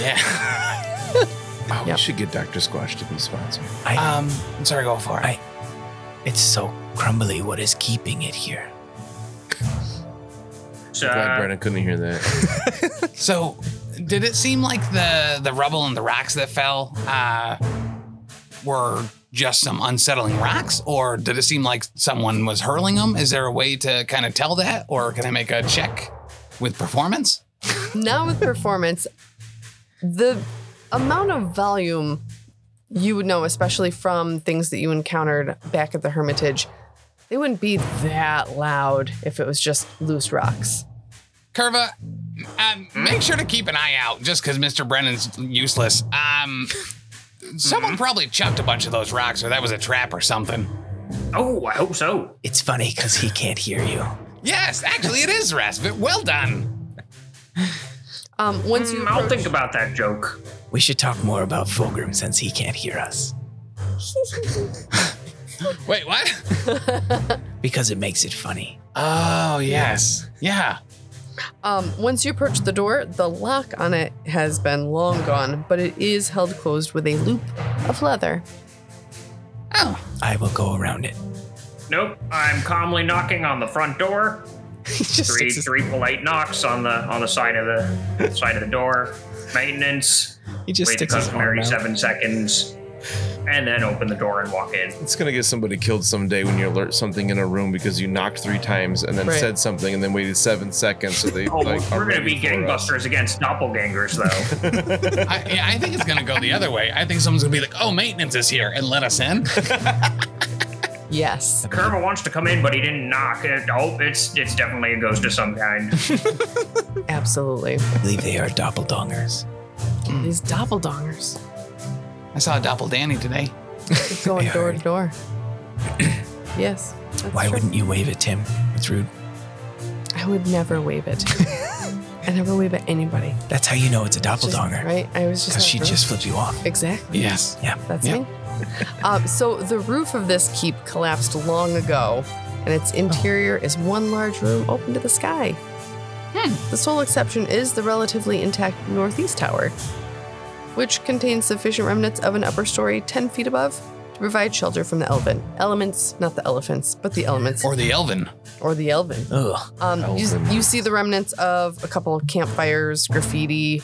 S2: Yeah.
S4: Oh,
S1: Yep.
S4: we should get Doctor Squash to be sponsored.
S2: Um, sorry. Go for it.
S3: I- It's so crumbly. What is keeping it here?
S5: So,
S1: Uh,
S4: Glad Brennan couldn't hear that.
S2: So, did it seem like the the rubble and the rocks that fell uh, were just some unsettling rocks, or did it seem like someone was hurling them? Is there a way to kind of tell that, or can I make a check with performance?
S1: Now, with performance, the amount of volume you would know, especially from things that you encountered back at the Hermitage, they wouldn't be that loud if it was just loose rocks.
S2: Curva, um, make sure to keep an eye out, just because Mr. Brennan's useless. Um, someone probably chucked a bunch of those rocks, or that was a trap or something.
S5: oh, I hope so.
S3: It's funny because he can't hear you.
S2: Yes, actually, it is Rasp. Well done.
S1: Um, once you
S5: Mm, I'll
S1: approach-
S5: think about that joke.
S3: We should talk more about Fulgrim since he can't hear us
S2: Wait, what?
S3: because it makes it funny.
S2: Oh, yes. Yeah.
S1: Um, once you approach the door, the lock on it has been long gone, but it is held closed with a loop of leather.
S2: Oh.
S3: I will go around it.
S5: Nope, I'm calmly knocking on the front door.
S3: He just
S5: three
S3: sticks his-
S5: three polite knocks on the on the side of the side of the door. Maintenance.
S3: he just
S5: wait the
S3: sticks his arm
S5: customary
S3: out.
S5: seven seconds, and then open the door and walk in.
S4: It's gonna get somebody killed someday when you alert something in a room because you knocked three times and then
S1: Right.
S4: said something and then waited seven seconds so they
S5: Oh,
S4: like are
S5: we're gonna
S4: ready
S5: be
S4: for us.
S5: gangbusters against doppelgangers, though.
S2: I, yeah, I think it's going to go the other way. I think someone's going to be like, oh, maintenance is here and let us in.
S1: Yes.
S5: Kerma wants to come in, but he didn't knock. It, oh, it's it's definitely a ghost of some kind.
S1: Absolutely.
S3: I believe they are doppeldongers.
S1: These doppeldongers
S2: I saw a doppel Danny today.
S1: keep going
S3: They
S1: door
S3: are.
S1: to door. Yes. that's
S3: Why
S1: true.
S3: wouldn't you wave at Tim? That's rude.
S1: I would never wave it. I never wave at anybody.
S3: That's how you know it's a
S1: Just-
S3: doppeldonger.
S1: right? I was just
S3: Because
S1: like,
S3: she
S1: "Really?"
S3: just flipped you off.
S1: Exactly.
S2: Yes.
S1: That's
S2: Yeah.
S1: me. um, so the roof of this keep collapsed long ago, and its interior is one large room open to the sky. The sole exception is the relatively intact northeast tower, which contains sufficient remnants of an upper story 10 feet above to provide shelter from the elven elements, not the elephants, but the elements or,
S2: Or the elven.
S1: the elven.
S3: Ugh.
S1: Um, you,
S4: Elven.
S1: you see the remnants of a couple of campfires, graffiti,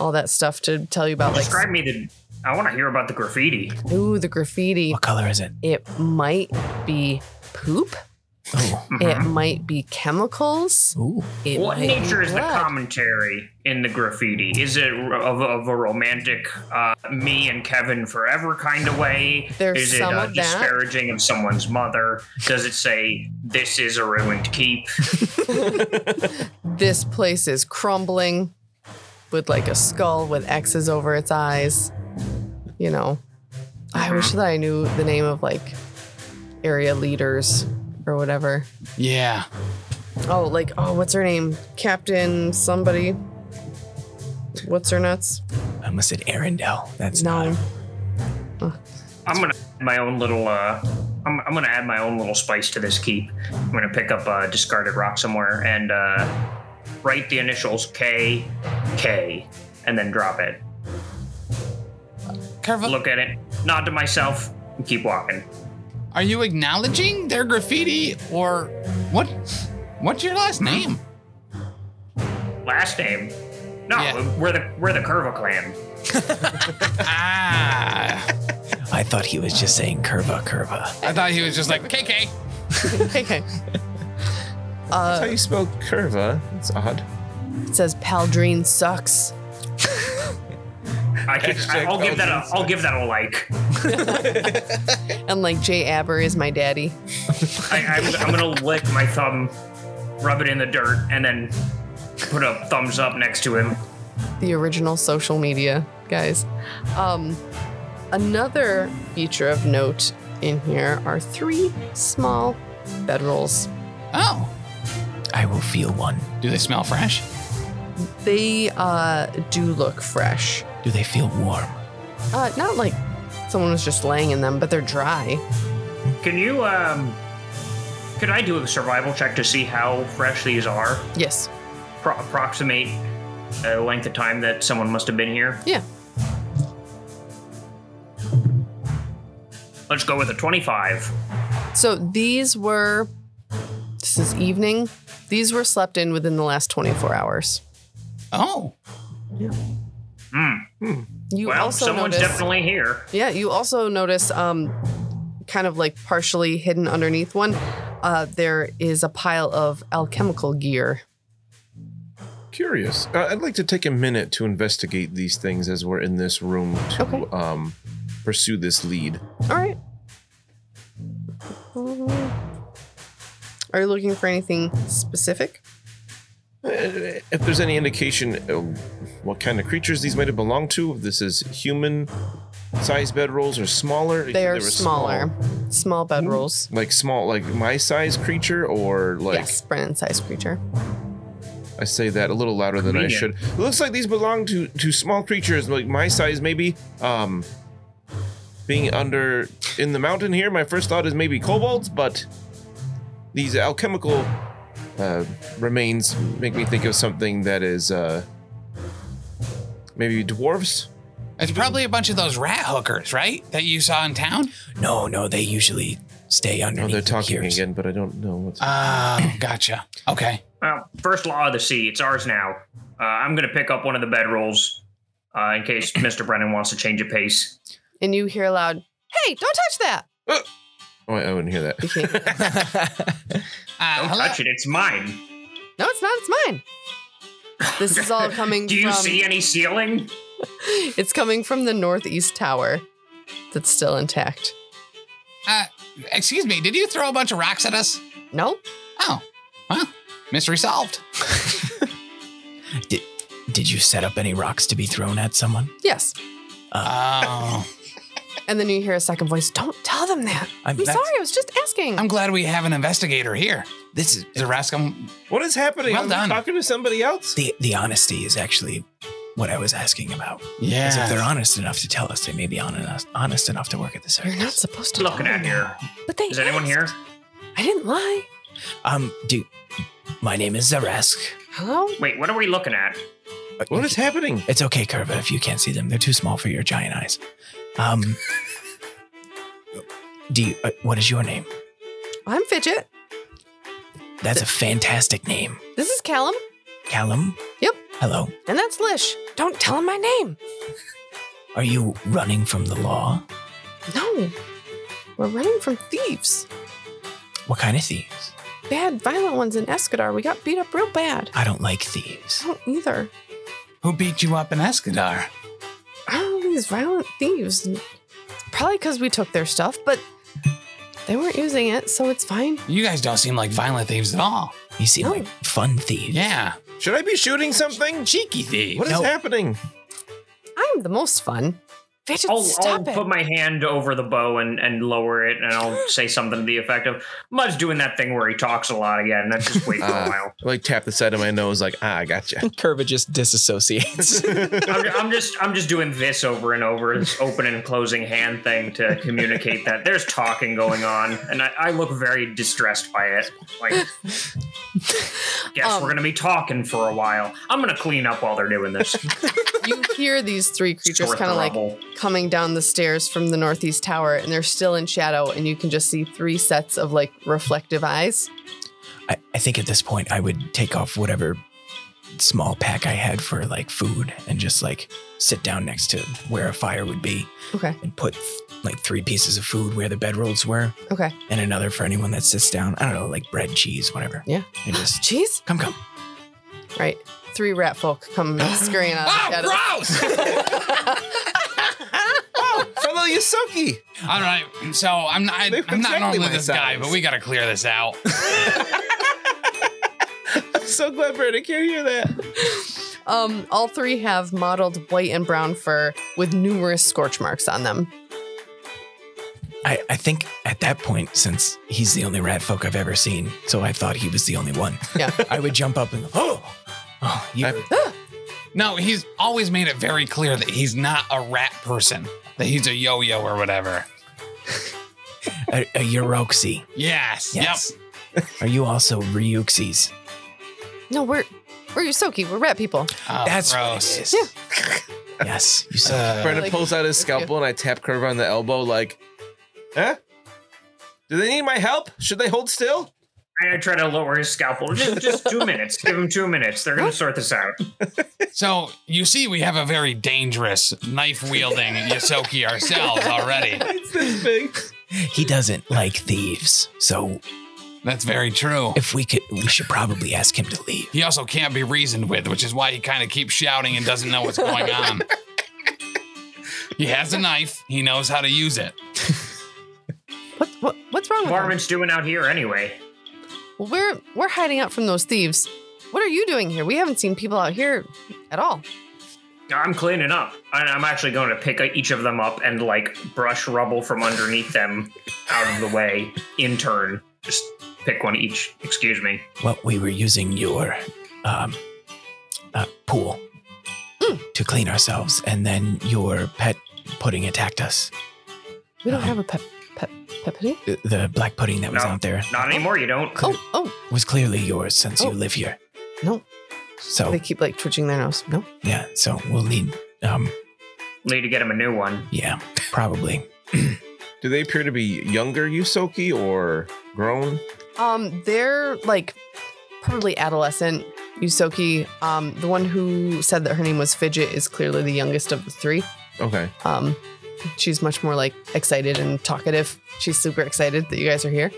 S1: all that stuff to tell you about like
S5: Describe me the. I want to hear about the graffiti.
S1: ooh the graffiti.
S3: What color is it?
S1: It might be poop.
S3: Oh.
S1: It might be chemicals.
S3: Ooh.
S1: It
S5: Mm-hmm. What
S1: might
S5: nature
S1: be
S5: is the
S1: blood.
S5: commentary in the graffiti? Is it r- of, of a romantic uh, me and Kevin forever kind of way?
S1: There's
S5: is it
S1: some
S5: uh,
S1: of that.
S5: disparaging of someone's mother? Does it say this is a ruined keep?
S1: This place is crumbling with like a skull with X's over its eyes. You know, I wish
S5: Mm-hmm.
S1: that I knew the name of like area leaders or whatever.
S2: Yeah.
S1: Oh, like, oh, what's her name? Captain somebody. What's her nuts?
S3: I almost said Arendelle. That's
S1: No.
S3: not.
S5: I'm gonna add my own little. Uh, I'm, I'm gonna add my own little spice to this keep. I'm gonna pick up a discarded rock somewhere and uh, write the initials K K, and then drop it.
S2: Carvel,
S5: Look at it, nod to myself, and keep walking.
S2: are you acknowledging their graffiti or what? What's your
S5: Hmm?
S2: last name?
S5: Last name? No,
S2: Yeah.
S5: we're the we're the Curva clan.
S2: Ah.
S3: I thought he was just saying curva, curva.
S2: I thought he was just like, KK.
S1: Okay.
S4: That's how you spell curva. That's odd.
S1: It says Paldrine sucks.
S5: I can, I,
S4: Hashtag
S5: I'll give that a I'll give that a like.
S1: And like Jay Aber is my daddy.
S5: I, I'm, I'm gonna lick my thumb, rub it in the dirt, and then put a thumbs up next to him.
S1: the original social media guys. Um, another feature of note in here are three small bedrolls.
S2: Oh.
S3: I will feel one.
S2: Do they smell fresh?
S1: They uh, do look fresh.
S3: Do they feel warm?
S1: Uh, not like someone was just laying in them, but they're dry.
S5: Can you um? Could I do a survival check to see how fresh these are?
S1: Yes.
S5: Pro- approximate uh, length of time that someone must have been here.
S1: Yeah.
S5: Let's go with a 25.
S1: So these were, this is evening. These were slept in within the last 24 hours.
S2: Oh.
S5: Hmm.
S1: You
S5: Well,
S1: also
S5: someone's
S1: notice,
S5: definitely here.
S1: Yeah, you also notice, um, kind of like partially hidden underneath one, uh, there is a pile of alchemical gear.
S4: Curious. Uh, I'd like to take a minute to investigate these things as we're in this room to
S1: Okay.
S4: um, pursue this lead.
S1: All right. Are you looking for anything specific?
S4: Uh, If there's any indication uh, what kind of creatures these might have belonged to, if this is human size bedrolls or smaller, if
S1: They are
S4: were
S1: smaller,
S4: small,
S1: small, Mm-hmm. bedrolls.
S4: like small, like my size creature, or like
S1: yes, Brennan size creature.
S4: I say that a little louder than I should.
S5: Convenient.
S4: It looks like these belong to to small creatures like my size, maybe. Um, being under in the mountain here, my first thought is maybe kobolds, but these alchemical uh, remains make me think of something that is uh, maybe dwarves. Oh,
S2: It's probably a bunch of those rat hookers, right? That you saw in town?
S3: No, no, they usually stay
S4: Oh,
S3: underneath.
S4: they're talking
S3: yours.
S4: again, but I don't know what's.
S2: Ah, gotcha. Okay.
S5: Well, first law of the sea. It's ours now. Uh, I'm going to pick up one of the bedrolls uh, in case Mr. Brennan wants to change a pace.
S1: And you hear loud, "Hey, don't touch that!"
S4: oh, I I wouldn't hear that.
S1: You can't.
S2: Uh,
S5: Don't
S2: hello?
S1: Uh-huh.
S5: touch it. It's mine.
S1: no, it's not. It's mine. This is all coming.
S5: Do
S1: from,
S5: you see any ceiling?
S1: It's coming from the northeast tower, that's still intact.
S2: Uh, excuse me, did you throw a bunch of rocks at us?
S1: Nope.
S2: Oh, well, mystery solved.
S3: did, did you set up any rocks to be thrown at someone?
S1: Yes.
S2: Oh,
S1: And then you hear a second voice. Don't tell them that. I'm,
S3: I'm- that's-
S1: sorry. I was just asking.
S2: I'm glad we have an investigator here.
S3: This is
S2: Is it Rascom?
S4: What is happening?
S2: Well
S4: I'm
S2: done.
S4: talking to somebody else.
S3: the the honesty is actually what I was asking about. 'Cause
S2: Yeah.
S3: if they're honest enough to tell us, they may be honest, honest enough to work at the
S1: You're not
S3: service.
S1: supposed to.
S5: Looking
S1: tell
S5: at
S1: them
S5: here.
S1: that. But they.
S5: Is anyone
S1: asked.
S5: here?
S1: I didn't lie.
S3: Um, do my name is Zaresk. Uh,
S1: Hello.
S5: Wait, what are we looking at?
S4: What is happening?
S3: It's okay, Curva, if you can't see them. They're too small for your giant eyes. Um, do you, uh, what is your name?
S1: I'm Fidget.
S3: That's a fantastic name.
S1: This is Callum,
S3: Callum?
S1: Yep.
S3: Hello.
S1: and that's Lish. Don't tell him my name.
S3: Are you running from the law?
S1: No. We're running from thieves.
S3: What kind of thieves?
S1: bad, violent ones in Escadar. We got beat up real bad.
S3: I don't like
S1: I
S3: thieves.
S1: don't either.
S2: Who beat you up in Escadar?
S1: I don't know these violent thieves. It's probably because we took their stuff, but they weren't using it, so it's fine.
S2: You guys don't seem like violent thieves at all.
S3: You seem
S1: No.
S3: like fun thieves.
S2: Yeah.
S4: Should I be shooting something?
S2: Cheeky thieves.
S4: What is
S3: No.
S4: happening?
S1: I'm the most fun. Fidget,
S5: I'll, I'll
S1: stop it.
S5: put Oh, my hand over the bow and, and lower it, and I'll say something to the effect of Mud's doing that thing where he talks a lot again. Let's just wait for
S4: Ah.
S5: a while.
S4: Like tap the side of my nose, like ah, I gotcha.
S3: Curva just disassociates.
S5: I'm, ju- I'm just I'm just doing this over and over, this open and closing hand thing to communicate that there's talking going on, and I, I look very distressed by it. Like, guess
S1: Um.
S5: we're gonna be talking for a while. I'm gonna clean up while they're doing this.
S1: you hear these three creatures
S5: Sort the
S1: kind of like
S5: rubble.
S1: coming down the stairs from the northeast tower, and they're still in shadow, and you can just see three sets of like reflective eyes.
S3: I, I think at this point I would take off whatever small pack I had for like food and just like sit down next to where a fire would be
S1: Okay.
S3: and put like three pieces of food where the bedrolls were
S1: Okay.
S3: and another for anyone that sits down. I don't know, like bread, cheese, whatever.
S1: Yeah.
S3: And just
S1: Jeez.
S3: come, come.
S1: Right. Three rat folk come scurrying out
S3: Uh,
S1: of shadow.
S2: Oh, gross!
S4: oh, fellow Yasuki.
S2: All right, so I'm not, I,
S4: They
S2: am
S4: were
S2: not
S4: exactly
S2: normally
S4: my
S2: this guy,
S4: size.
S2: but we gotta clear this out.
S4: I'm so glad Verdict can hear that.
S1: Um, all three have mottled white and brown fur with numerous scorch marks on them.
S3: I, I think at that point, since he's the only rat folk I've ever seen, so I thought he was the only one.
S1: Yeah.
S3: I would jump up and go, oh, oh, you.
S4: I-
S2: No, he's always made it very clear that he's not a rat person, that he's a yo yo or whatever.
S3: A, a Yoroxy.
S2: Yes.
S3: uh, Yes. Are you also Ryuxis?
S1: No, we're we're Yusoki. We're rat people.
S2: Yep. Oh,
S3: That's
S2: gross.
S3: gross. yes. You said
S2: Uh,
S4: Brenda
S1: Like-
S4: pulls out his scalpel and I tap Curve on the elbow, like, huh? Do they need my help? Should they hold still?
S5: And I try to lower his scalpel. Just, just two minutes. Give him two minutes. They're gonna sort this out.
S2: so you see, we have a very dangerous knife wielding Yosoki ourselves already.
S4: It's this big.
S3: he doesn't like thieves, so
S2: That's very true.
S3: if we could, we should probably ask him to leave.
S2: He also can't be reasoned with, which is why he kind of keeps shouting and doesn't know what's going on. he has a knife. He knows how to use it.
S1: What, what what's wrong with them?
S5: Varmint's doing out here anyway.
S1: Well, we're we're hiding out from those thieves. What are you doing here? We haven't seen people out here at all.
S5: I'm cleaning up. And I'm actually going to pick each of them up and like brush rubble from underneath them out of the way in turn. Just pick one each. Excuse me.
S3: Well, we were using your um, uh, pool to clean ourselves, and then your pet pudding attacked us.
S1: We don't
S3: Um,
S1: have a pep pep pepity.
S3: The- The black pudding that was
S5: No.
S3: out there
S5: Not anymore, you don't.
S1: Oh oh,
S3: was clearly yours since
S1: Oh.
S3: you live here.
S1: No.
S3: So
S1: they keep like twitching their nose. No.
S3: yeah, so we'll need um
S5: Need to get him a new one.
S3: yeah probably
S4: Do they appear to be younger Yusoki or grown?
S1: Um, they're like probably adolescent. Yusoki, um, the one who said that her name was Fidget, is clearly the youngest of the three.
S4: Okay.
S1: Um, she's much more like excited and talkative. She's super excited that you guys are here.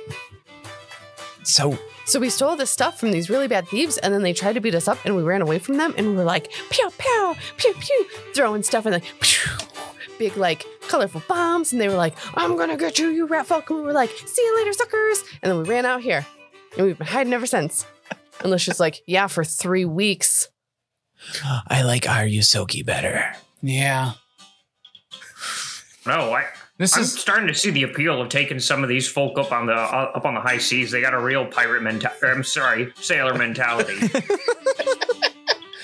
S3: so
S1: So we stole this stuff from these really bad thieves, and then they tried to beat us up, and we ran away from them, and we were like pew pew pew pew, throwing stuff and like pew, big like colorful bombs, and they were like, "I'm gonna get you, you rat fuck," and we were like, "See you later, suckers!" And then we ran out here, and we've been hiding ever since. Unless she's like, "Yeah, for three weeks."
S3: uh, I like our Yusoki better.
S2: Yeah.
S5: No, I.
S2: This
S5: I'm
S2: is
S5: starting to see the appeal of taking some of these folk up on the uh, up on the high seas. They got a real pirate mentality. I'm sorry, sailor mentality.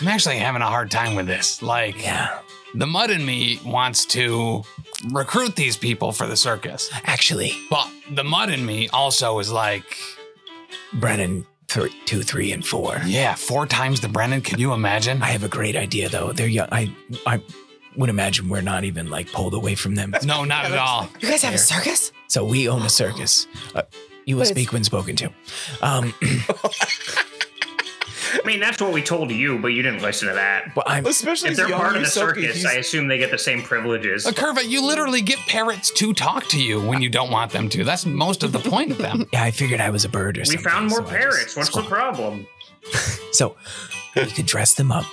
S2: I'm actually having a hard time with this. Like
S3: Yeah.
S2: the mud in me wants to recruit these people for the circus.
S3: Actually,
S2: But the mud in me also is like,
S3: Brennan th- two, three, and four.
S2: yeah, four times the Brennan. Can you imagine?
S3: I have a great idea though. They're young. I I would imagine we're not even like pulled away from them.
S2: No, not at all.
S1: You guys have a circus?
S3: So we own a circus. Uh, you will
S1: But it's-
S3: speak when spoken to. Um,
S5: I mean, that's what we told you, but you didn't listen to that.
S3: But I'm
S4: Especially
S5: If they're
S4: young
S5: part of the
S4: Yusuke,
S5: circus,
S4: he's-
S5: I assume they get the same privileges.
S2: A curva, you literally get parrots to talk to you when you don't want them to. That's most of the point of them.
S3: yeah, I figured I was a bird or
S5: We
S3: something.
S5: found more
S3: so I just
S5: parrots. What's the
S3: swapped.
S5: problem?
S3: So you could dress them up,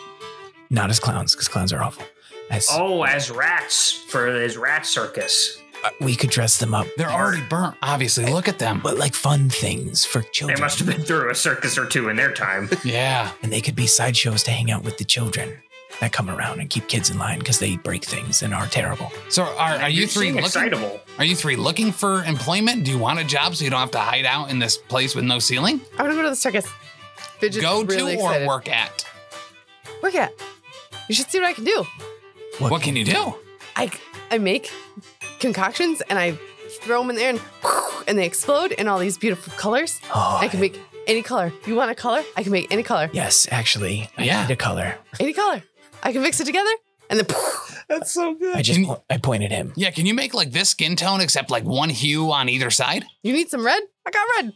S3: not as clowns, because clowns are awful. As
S5: Oh, as rats for his rat circus.
S2: Oh,
S3: uh, we could dress them up,
S2: They're
S3: as-
S2: already burnt, obviously. Look at them.
S3: but like fun things for
S5: They
S3: children,
S5: must have been through a circus or two in their time.
S2: Yeah.
S3: and they could be sideshows to hang out with the children that come around and keep kids in line because they break things and are terrible.
S2: So are, are you
S5: You
S2: three
S5: seem
S2: looking?
S5: excitable.
S2: Are you three looking for employment? Do you want a job so you don't have to hide out in this place with no ceiling?
S1: I'm gonna go to the circus. Fidget's
S2: Go to
S1: really
S2: or
S1: excited.
S2: work at?
S1: Work at. You should see what I can do.
S2: What can you do?
S1: I I make concoctions and I throw them in there and and they explode in all these beautiful colors.
S3: Oh,
S1: I can make any color. You want a color? I can make any color.
S3: Yes, actually, I
S2: Yeah.
S3: need a color.
S1: Any color. I can mix it together and then
S4: That's so good.
S3: I just
S2: Can-
S3: po- I pointed him.
S2: Yeah, can you make like this skin tone except like one hue on either side?
S1: you need some red? I got red.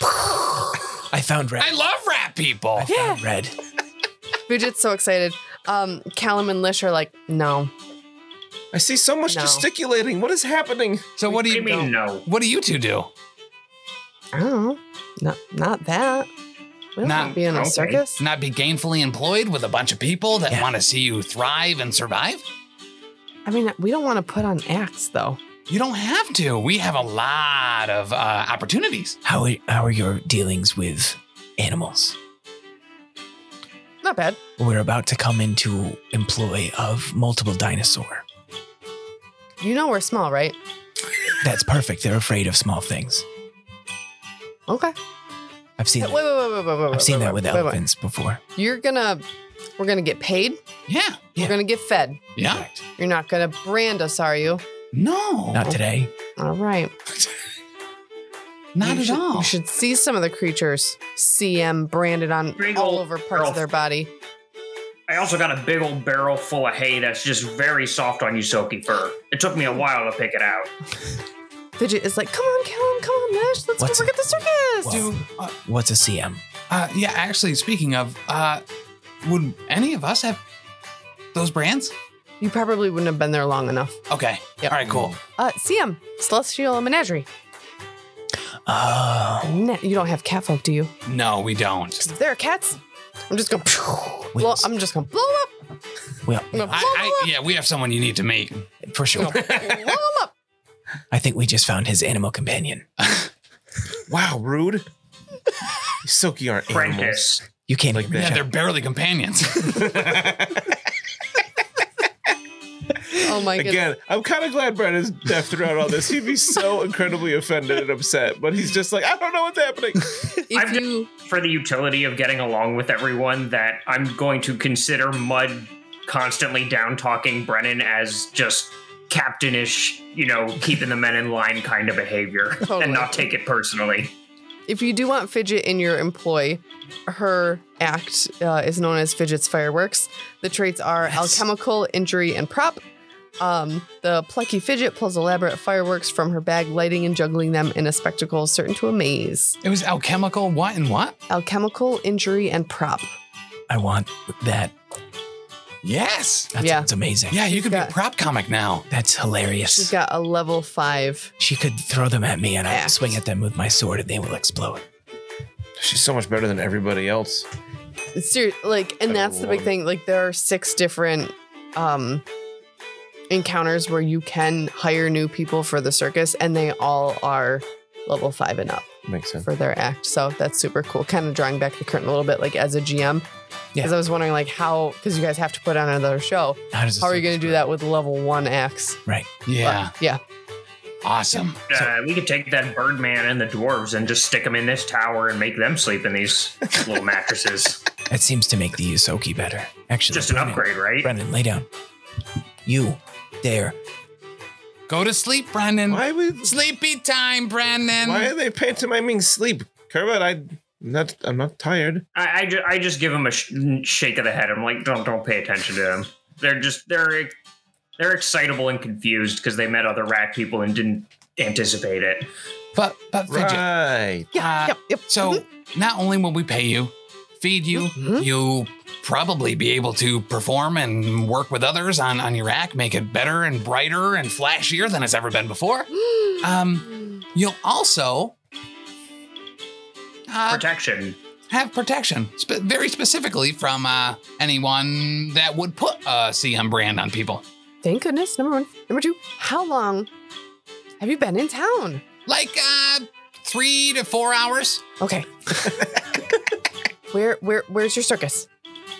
S3: I found red.
S2: I love rat people.
S3: I found red.
S1: Fidget's so excited. Um, Callum and Lish are like, no.
S4: I see so much
S1: No.
S4: gesticulating. What is happening?
S2: So what do
S5: I
S2: you
S5: mean, no.
S2: What do you two do?
S1: I don't
S3: Oh.
S1: know. Not not that. We don't
S2: Not-
S1: wanna be in a
S5: okay.
S1: circus.
S2: Not be gainfully employed with a bunch of people that
S3: Yeah.
S2: want to see you thrive and survive?
S1: I mean, we don't want to put on acts though.
S2: You don't have to. We have a lot of uh, opportunities.
S3: How are, how are your dealings with animals?
S1: Not bad.
S3: We're about to come into employ of multiple dinosaur.
S1: You know we're small, right?
S3: That's perfect. They're afraid of small things.
S1: Okay.
S3: I've seen
S1: Wait, wait,
S3: that.
S1: wait, wait, wait, wait.
S3: I've seen
S1: wait,
S3: that with
S1: wait, wait, wait.
S3: elephants before.
S1: You're gonna we're gonna get paid.
S2: Yeah.
S3: Yeah.
S1: We're gonna get fed.
S2: Yeah.
S3: Correct.
S1: You're not gonna brand us, are you?
S2: No.
S3: Not today.
S1: All right.
S2: not
S1: You
S2: at
S1: should-
S2: all.
S1: You should see some of the creatures. CM branded on
S5: Big
S1: all
S5: old
S1: over parts of
S5: girl.
S1: their body.
S5: I also got a big old barrel full of hay that's just very soft on Yusoki fur. It took me a while to pick it out.
S1: Fidget is like, come on, Callum, come on, Mish, let's
S3: What's-
S1: go work at the circus.
S3: Wow.
S2: Do, uh,
S3: What's a CM?
S2: uh, yeah, actually, speaking of, uh, would any of us have those brands?
S1: You probably wouldn't have been there long enough.
S2: Okay.
S1: Yep.
S2: All right, cool.
S1: Uh, CM, Celestial Menagerie.
S3: Oh,
S1: Ne- you don't have catfolk, do you?
S2: No, we don't.
S1: 'Cause If there are cats, I'm just gonna. blow,
S3: Wheels.
S1: I'm just gonna blow 'em up.
S3: well,
S1: I'm gonna
S2: I,
S1: blow 'em
S2: I, yeah, we have someone you need to meet.
S3: for sure.
S1: up. Blow 'em up.
S3: I think we just found his animal companion.
S4: Wow, rude. Yusuke aren't animals.
S5: Prentice.
S3: You can't
S4: Like
S3: even
S2: Yeah,
S4: that.
S3: reach
S2: they're
S3: out.
S2: barely companions.
S1: Oh my goodness.
S4: Again, I'm kind of glad Brett is deaf throughout all this. He'd be so incredibly offended and upset, but he's just like, I don't know what's happening.
S1: If
S5: I've just-
S1: you,
S5: For the utility of getting along with everyone, that I'm going to consider Mud constantly down talking Brennan as just captainish, you know, keeping the men in line kind of behavior
S2: Oh,
S1: Totally.
S5: and not take it personally.
S1: if you do want Fidget in your employ, her act uh, is known as Fidget's Fireworks. The traits are
S3: Yes.
S1: alchemical, injury, and prop. Um, the plucky Fidget pulls elaborate fireworks from her bag, lighting and juggling them in a spectacle certain to amaze.
S2: it was alchemical what and what?
S1: Alchemical, injury, and prop.
S3: I want that.
S2: Yes.
S3: That
S1: Yeah.
S3: sounds amazing.
S2: Yeah, you could be a
S1: got-
S2: prop comic now.
S3: That's
S1: She's
S3: hilarious.
S1: got a level five.
S3: she could throw them at me and I'll
S1: Act.
S3: swing at them with my sword and they will explode.
S4: She's so much better than everybody else.
S1: Ser- like, and
S4: I
S1: that's the
S4: love
S1: big
S4: it.
S1: thing. Like, there are six different um, encounters where you can hire new people for the circus, and they all are level five and up.
S4: Makes sense.
S1: for their act. So that's super cool. Kind of drawing back the curtain a little bit, like as a GM. Because
S3: Yeah.
S1: I was wondering, like, how, because you guys have to put on another show.
S3: How does this
S1: How are you
S3: work?
S1: going to do that with level one acts?
S2: Yeah.
S1: But, yeah.
S2: Awesome.
S5: Uh, we could take that Birdman and the dwarves and just stick them in this tower and make them sleep in these little mattresses.
S3: That seems to make the Yusoki better. Actually,
S5: Just an
S3: Brennan-
S5: upgrade, right?
S3: Brennan, lay down. You there.
S2: Go to sleep, Brendan.
S4: Why would
S2: Sleepy time, Brendan.
S4: why are they pantomiming sleep? Kermit, I am not I'm not tired.
S5: I, I, ju- I just give him a sh- shake of the head. I'm like, don't don't pay attention to them. They're just they're they're excitable and confused because they met other rat people and didn't anticipate it.
S2: But but Fidget.
S4: Right.
S1: Yeah.
S2: Uh,
S1: yep. Yep.
S2: So not only will we pay you, feed you.
S1: Mhm.
S2: You probably be able to perform and work with others on, on your act, make it better and brighter and flashier than it's ever been before. Um, you'll also uh,
S5: Protection.
S2: have protection, spe- very specifically from uh, anyone that would put a CM brand on people.
S1: Thank goodness. Number one. Number two, how long have you been in town?
S2: Like uh, three to four hours.
S1: Okay. where where where's your circus?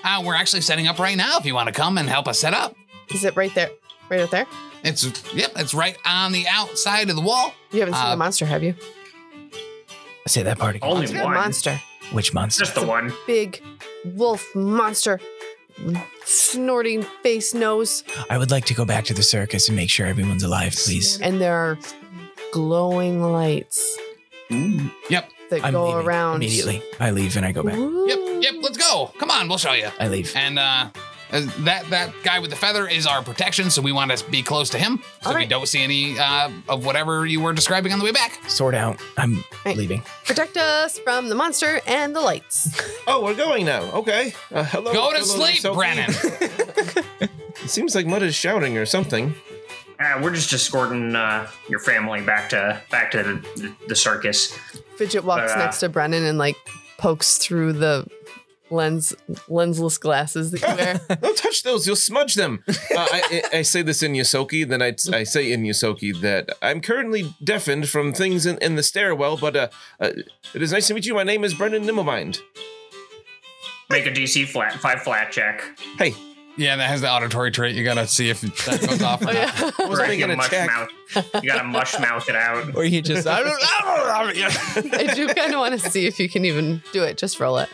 S2: Uh, we're actually setting up right now if you want to come and help us set up.
S1: Is it right there? Right out there?
S2: It's, yep, it's right on the outside of the wall.
S1: You haven't seen
S2: Uh,
S1: the monster, have you?
S3: I say that part again.
S5: Only
S1: It's got a
S5: one.
S1: monster.
S3: Which monster?
S5: Just the one.
S1: Big wolf monster. Snorting face nose.
S3: I would like to go back to the circus and make sure everyone's alive, please.
S1: And there are glowing lights
S2: Yep,
S1: that
S3: I'm
S1: go
S3: leaving
S1: around.
S3: immediately. I leave and I go back.
S2: yep, yep. Let's go. Come on, we'll show you.
S3: I leave.
S2: And uh, uh, that that guy with the feather is our protection, so we want to be close to him, so
S1: All
S2: we
S1: right.
S2: don't see any uh, of whatever you were describing on the way back.
S3: Sort out. I'm
S1: Right.
S3: leaving.
S1: Protect us from the monster and the lights.
S4: Oh, we're going now. Okay. Uh, hello.
S2: Go to
S4: hello,
S2: sleep,
S4: Sophie.
S2: Brennan.
S4: It seems like Mud is shouting or something.
S5: Uh, we're just escorting uh, your family back to back to the, the circus.
S1: Fidget walks
S5: Uh.
S1: next to Brennan and like pokes through the lens lensless glasses that you wear.
S4: Don't touch those. You'll smudge them. Uh, I, I, I say this in Yosoki. Then I, I say in Yosoki that I'm currently deafened from things in, in the stairwell, but uh, uh, it is nice to meet you. My name is Brendan Nimmelmind.
S5: Make a DC flat five flat check.
S4: Hey,
S2: Yeah, that has the auditory trait. You gotta see if that goes off.
S1: oh yeah.
S4: I was
S5: Right,
S4: making
S5: you
S4: a
S5: mush
S4: check.
S5: mouth. You gotta mush mouth it out.
S3: Or you just. I don't
S4: Oh,
S1: I do kind of want to see if you can even do it. Just roll it.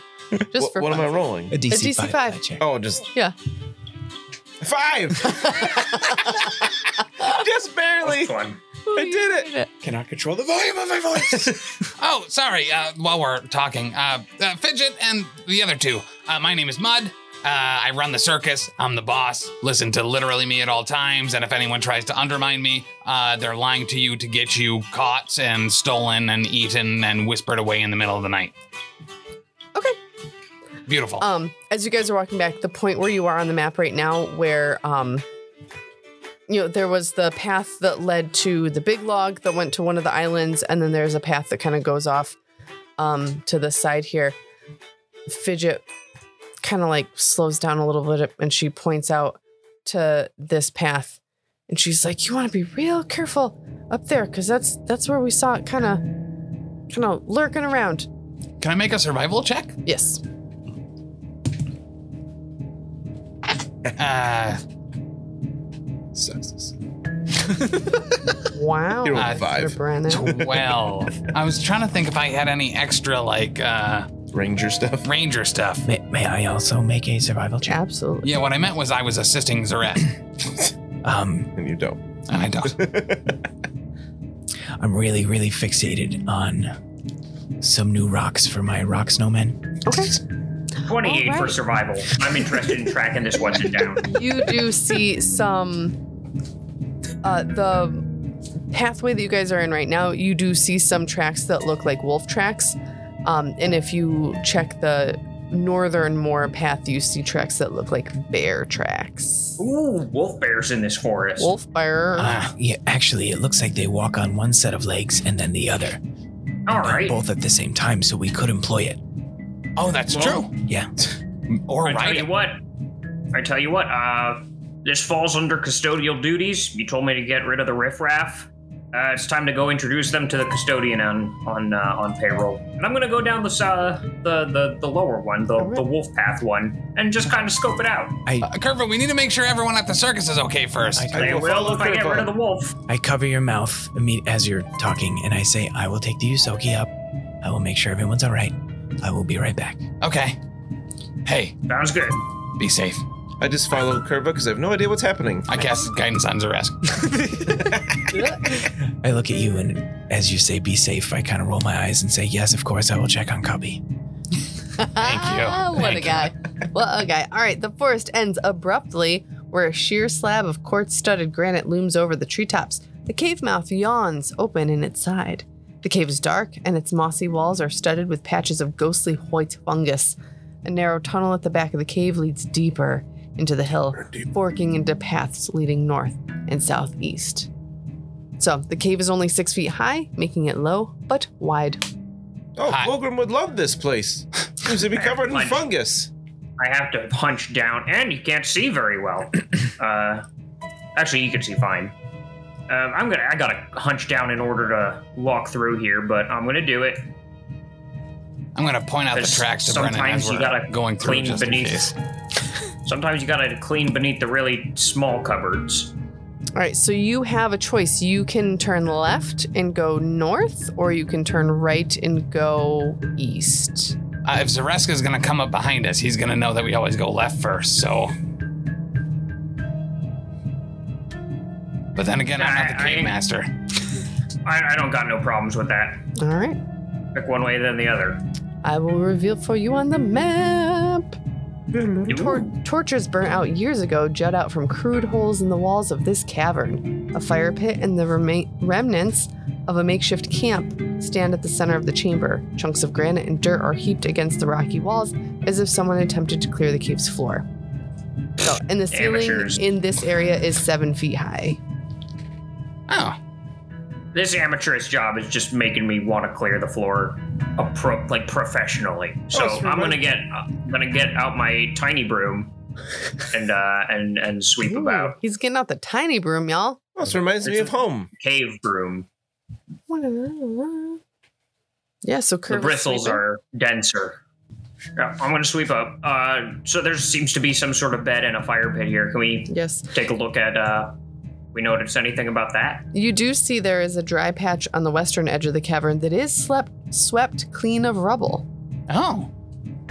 S1: Just
S4: What,
S1: for
S4: what am
S1: fun.
S4: I rolling?
S3: A DC,
S1: DC
S3: five.
S1: five.
S3: check.
S4: Oh, just
S1: Yeah.
S4: five. just barely.
S5: That's fun.
S1: I
S4: did
S1: it.
S3: Cannot control the volume of my voice.
S2: oh, sorry. Uh, while we're talking, uh, uh, Fidget and the other two. Uh, my name is Mud. Uh, I run the circus. I'm the boss. Listen to literally me at all times. And if anyone tries to undermine me, uh, they're lying to you to get you caught and stolen and eaten and whispered away in the middle of the night.
S1: Okay.
S2: Beautiful.
S1: Um, as you guys are walking back, the point where you are on the map right now, where um, you know, there was the path that led to the big log that went to one of the islands, and then there's a path that kind of goes off um to the side here. Fidget kind of like slows down a little bit and she points out to this path. And she's like, "You want to be real careful up there, cause that's that's where we saw it kind of, kind of lurking around."
S2: Can I make a survival check?
S1: Yes.
S2: Uh,
S4: Sucks.
S1: Wow.
S4: You're
S2: Uh,
S4: on five.
S1: Brennan.
S2: 12. I was trying to think if I had any extra, like, uh,
S4: Ranger stuff.
S2: ranger stuff.
S3: may, may I also make a survival check?
S1: Absolutely.
S2: Yeah, what I meant was I was assisting Zaret,
S3: Um,
S4: And you don't.
S2: and I don't.
S3: I'm really, really fixated on some new rocks for my rock snowmen.
S1: Okay.
S5: Twenty-eight
S1: All
S5: for
S1: right.
S5: survival. I'm interested in tracking this one down.
S1: You do see some uh the pathway that you guys are in right now, you do see some tracks that look like wolf tracks. Um and if you check the northern moor path, you see tracks that look like bear tracks.
S5: Ooh, wolf bears in this forest.
S1: Wolf bear.
S3: Ah, yeah, actually, it looks like they walk on one set of legs and then the other.
S5: All
S3: Not
S5: right.
S3: Both at the same time, so we could employ it.
S2: Oh, that's
S5: Well-
S2: true.
S3: Yeah.
S2: Or
S5: I tell
S2: right.
S5: you what. I tell you what. Uh, this falls under custodial duties. You told me to get rid of the riffraff. Uh, it's time to go introduce them to the custodian on on uh, on payroll. And I'm gonna go down this uh, the the the lower one, the, the wolf path one, and just kind of scope it out.
S2: Uh, Curva, we need to make sure everyone at the circus is okay first.
S3: I,
S5: They
S4: will
S5: will
S4: follow
S5: if I get
S4: Curva.
S5: rid of the wolf.
S3: I cover your mouth imme- as you're talking, and I say, I will take the Usoki up. I will make sure everyone's all right. I will be right back.
S2: okay. Hey,
S5: Sounds good.
S2: be safe.
S4: I just follow Curva because I have no idea what's happening.
S2: I cast guidance on Zaresk.
S3: I look at you, and as you say, be safe, I kind of roll my eyes and say, Yes, of course, I will check on Cubby.
S2: Thank you.
S1: Ah, what a
S2: Thank
S1: guy. What a guy. All right, the forest ends abruptly where a sheer slab of quartz studded granite looms over the treetops. The cave mouth yawns open in its side. The cave is dark, and its mossy walls are studded with patches of ghostly white fungus. A narrow tunnel at the back of the cave leads deeper into the hill, forking into paths leading north and southeast. So the cave is only six feet high, making it low but wide.
S4: Oh,
S6: Hi.
S4: Pilgrim would love this place. Seems to be covered in
S5: Plenty.
S4: fungus.
S5: I have to punch down, and you can't see very well. Uh, actually, you can see fine. Um, I'm gonna. I gotta hunch down in order to walk through here, but I'm gonna do it.
S6: I'm gonna point out the
S5: There's-
S6: tracks to Brennan
S5: sometimes
S6: as we're
S5: you gotta
S6: going through
S5: clean
S6: just in
S5: beneath.
S6: case.
S5: Sometimes you gotta clean beneath the really small cupboards.
S1: All right, so you have a choice. You can turn left and go north, or you can turn right and go east.
S6: Uh, if Zareska's gonna come up behind us, he's gonna know that we always go left first. So, but then again, I'm not the
S5: I- I-
S6: cave master.
S5: I, I don't got no problems with that.
S1: All right,
S5: Pick one way, then the other.
S1: I will reveal for you on the map. Tor-
S5: Ooh,
S1: torches burnt out years ago jut out from crude holes in the walls of this cavern. A fire pit and the rema- remnants of a makeshift camp stand at the center of the chamber. Chunks of granite and dirt are heaped against the rocky walls as if someone attempted to clear the cave's floor. So, and the ceiling
S5: Amateurs.
S1: in this area is seven feet high.
S6: Oh,
S5: this amateurish job is just making me want to clear the floor, appro- like professionally. So
S4: it's
S5: I'm gonna
S4: remote.
S5: get, I'm gonna get out my tiny broom, and uh, and and sweep about.
S1: He's getting out the tiny broom, y'all.
S4: This reminds me of home.
S5: cave broom.
S1: Yeah, so
S5: The
S1: Curve is
S5: bristles
S1: sleeping.
S5: are denser. Yeah, I'm going to sweep up. Uh, so there seems to be some sort of bed and a fire pit here. Can we
S1: Yes.
S5: take a look at? Uh, we notice anything about that?
S1: You do see there is a dry patch on the western edge of the cavern that is slept, swept clean of rubble.
S6: oh,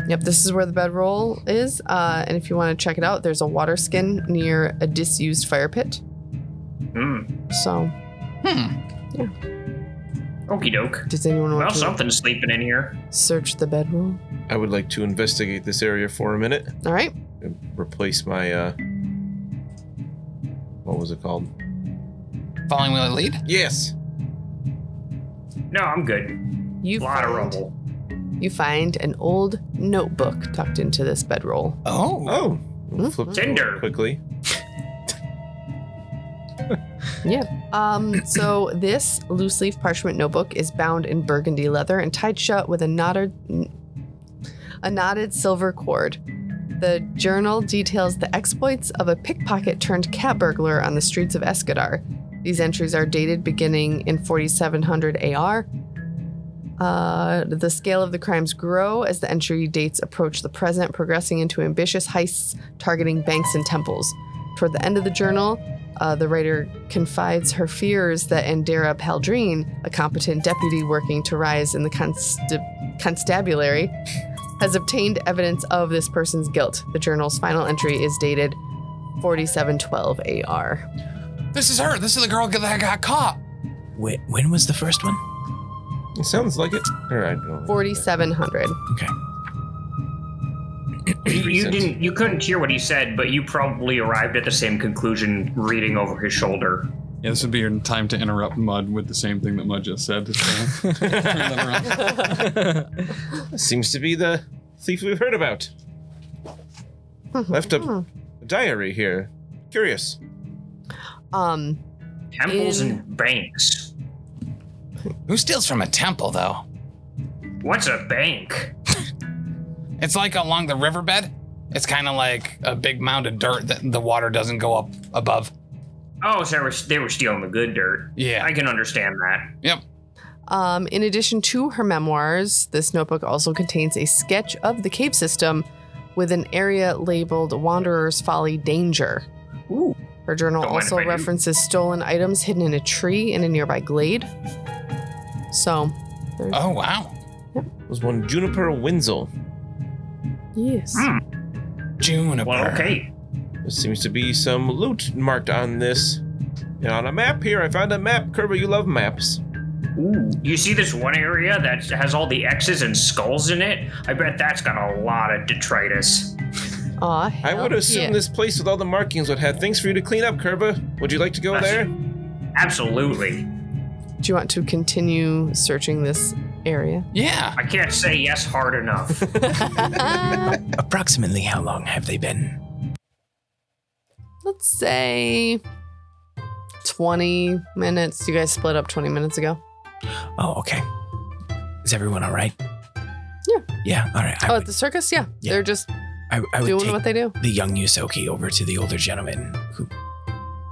S1: Yep, this is where the bedroll is. Uh, and if you want to check it out, there's a water skin near a disused fire pit.
S5: Hmm.
S1: So,
S6: hmm.
S5: Okie doke.
S1: does anyone
S5: Well,
S1: want
S5: something's sleeping in here.
S1: to search the bedroll?
S4: I would like to investigate this area for a minute.
S1: All right.
S4: and Replace my uh what was it called?
S6: Following wheel lead.
S4: Yes.
S5: No, I'm good.
S1: You
S5: A lot of
S1: find-
S5: rubble.
S1: You find an old notebook tucked into this bedroll.
S6: Oh,
S4: Oh.
S1: Mhm.
S4: Flip
S5: Tinder.
S4: quickly.
S1: Um, so this loose leaf parchment notebook is bound in burgundy leather and tied shut with a knotted a knotted silver cord. The journal details the exploits of a pickpocket turned cat burglar on the streets of Escadar. These entries are dated beginning in 4700 AR. Uh, the scale of the crimes grow as the entry dates approach the present, progressing into ambitious heists targeting banks and temples. Toward the end of the journal, uh, the writer confides her fears that Andera Paldrine, a competent deputy working to rise in the consta- constabulary, has obtained evidence of this person's guilt. The journal's final entry is dated 4712 AR.
S6: this is her. This is the girl that got caught.
S3: Wait, when was the first one?
S4: It sounds like it. All right. well,
S1: 4700.
S5: You, you
S4: sense.
S5: didn't. You couldn't hear what he said, but you probably arrived at the same conclusion reading over his shoulder.
S7: Yeah, this would be your time to interrupt Mud with the same thing that Mud just said. to try and turn them around.
S4: Seems to be the thief we've heard about. Left a, a diary here. Curious.
S1: Um,
S5: Temples
S1: In-
S5: and banks.
S6: Who steals from a temple though?
S5: What's a bank?
S6: It's like along the riverbed. It's kind of like a big mound of dirt that the water doesn't go up above.
S5: Oh, so they were, they were stealing the good dirt.
S6: Yeah.
S5: I can understand that.
S6: yep.
S1: Um, in addition to her memoirs, this notebook also contains a sketch of the cave system with an area labeled Wanderer's Folly Danger.
S5: Ooh.
S1: Her journal
S5: Don't mind
S1: also
S5: if I do.
S1: references stolen items hidden in a tree in a nearby glade. So,
S6: Oh wow.
S4: It was one Juniper Wenzel.
S1: yes.
S5: Hmm.
S6: Juniper.
S5: Well, okay.
S4: There seems to be some loot marked on this. And on a map here, I found a map. Kerber, you love maps.
S5: Ooh, you see this one area that has all the X's and skulls in it? I bet that's got a lot of detritus.
S1: Aw,
S4: I
S1: hell
S4: would assume
S1: Oh, yeah.
S4: this place with all the markings would have things for you to clean up, Kerber. Would you like to go
S5: That's-
S4: there?
S5: Absolutely.
S1: Do you want to continue searching this area.
S6: Yeah.
S5: I can't say yes hard enough.
S1: Let's
S3: Approximately how long have they been?
S1: say 20 minutes. You guys split up 20 minutes ago.
S3: Oh, okay. Is everyone all right?
S1: Yeah.
S3: Yeah. All right. I
S1: oh, at
S3: would,
S1: the circus? Yeah.
S3: Yeah.
S1: They're just
S3: I, I would
S1: doing
S3: take
S1: what they do.
S3: the young Yusoki over to the older gentleman who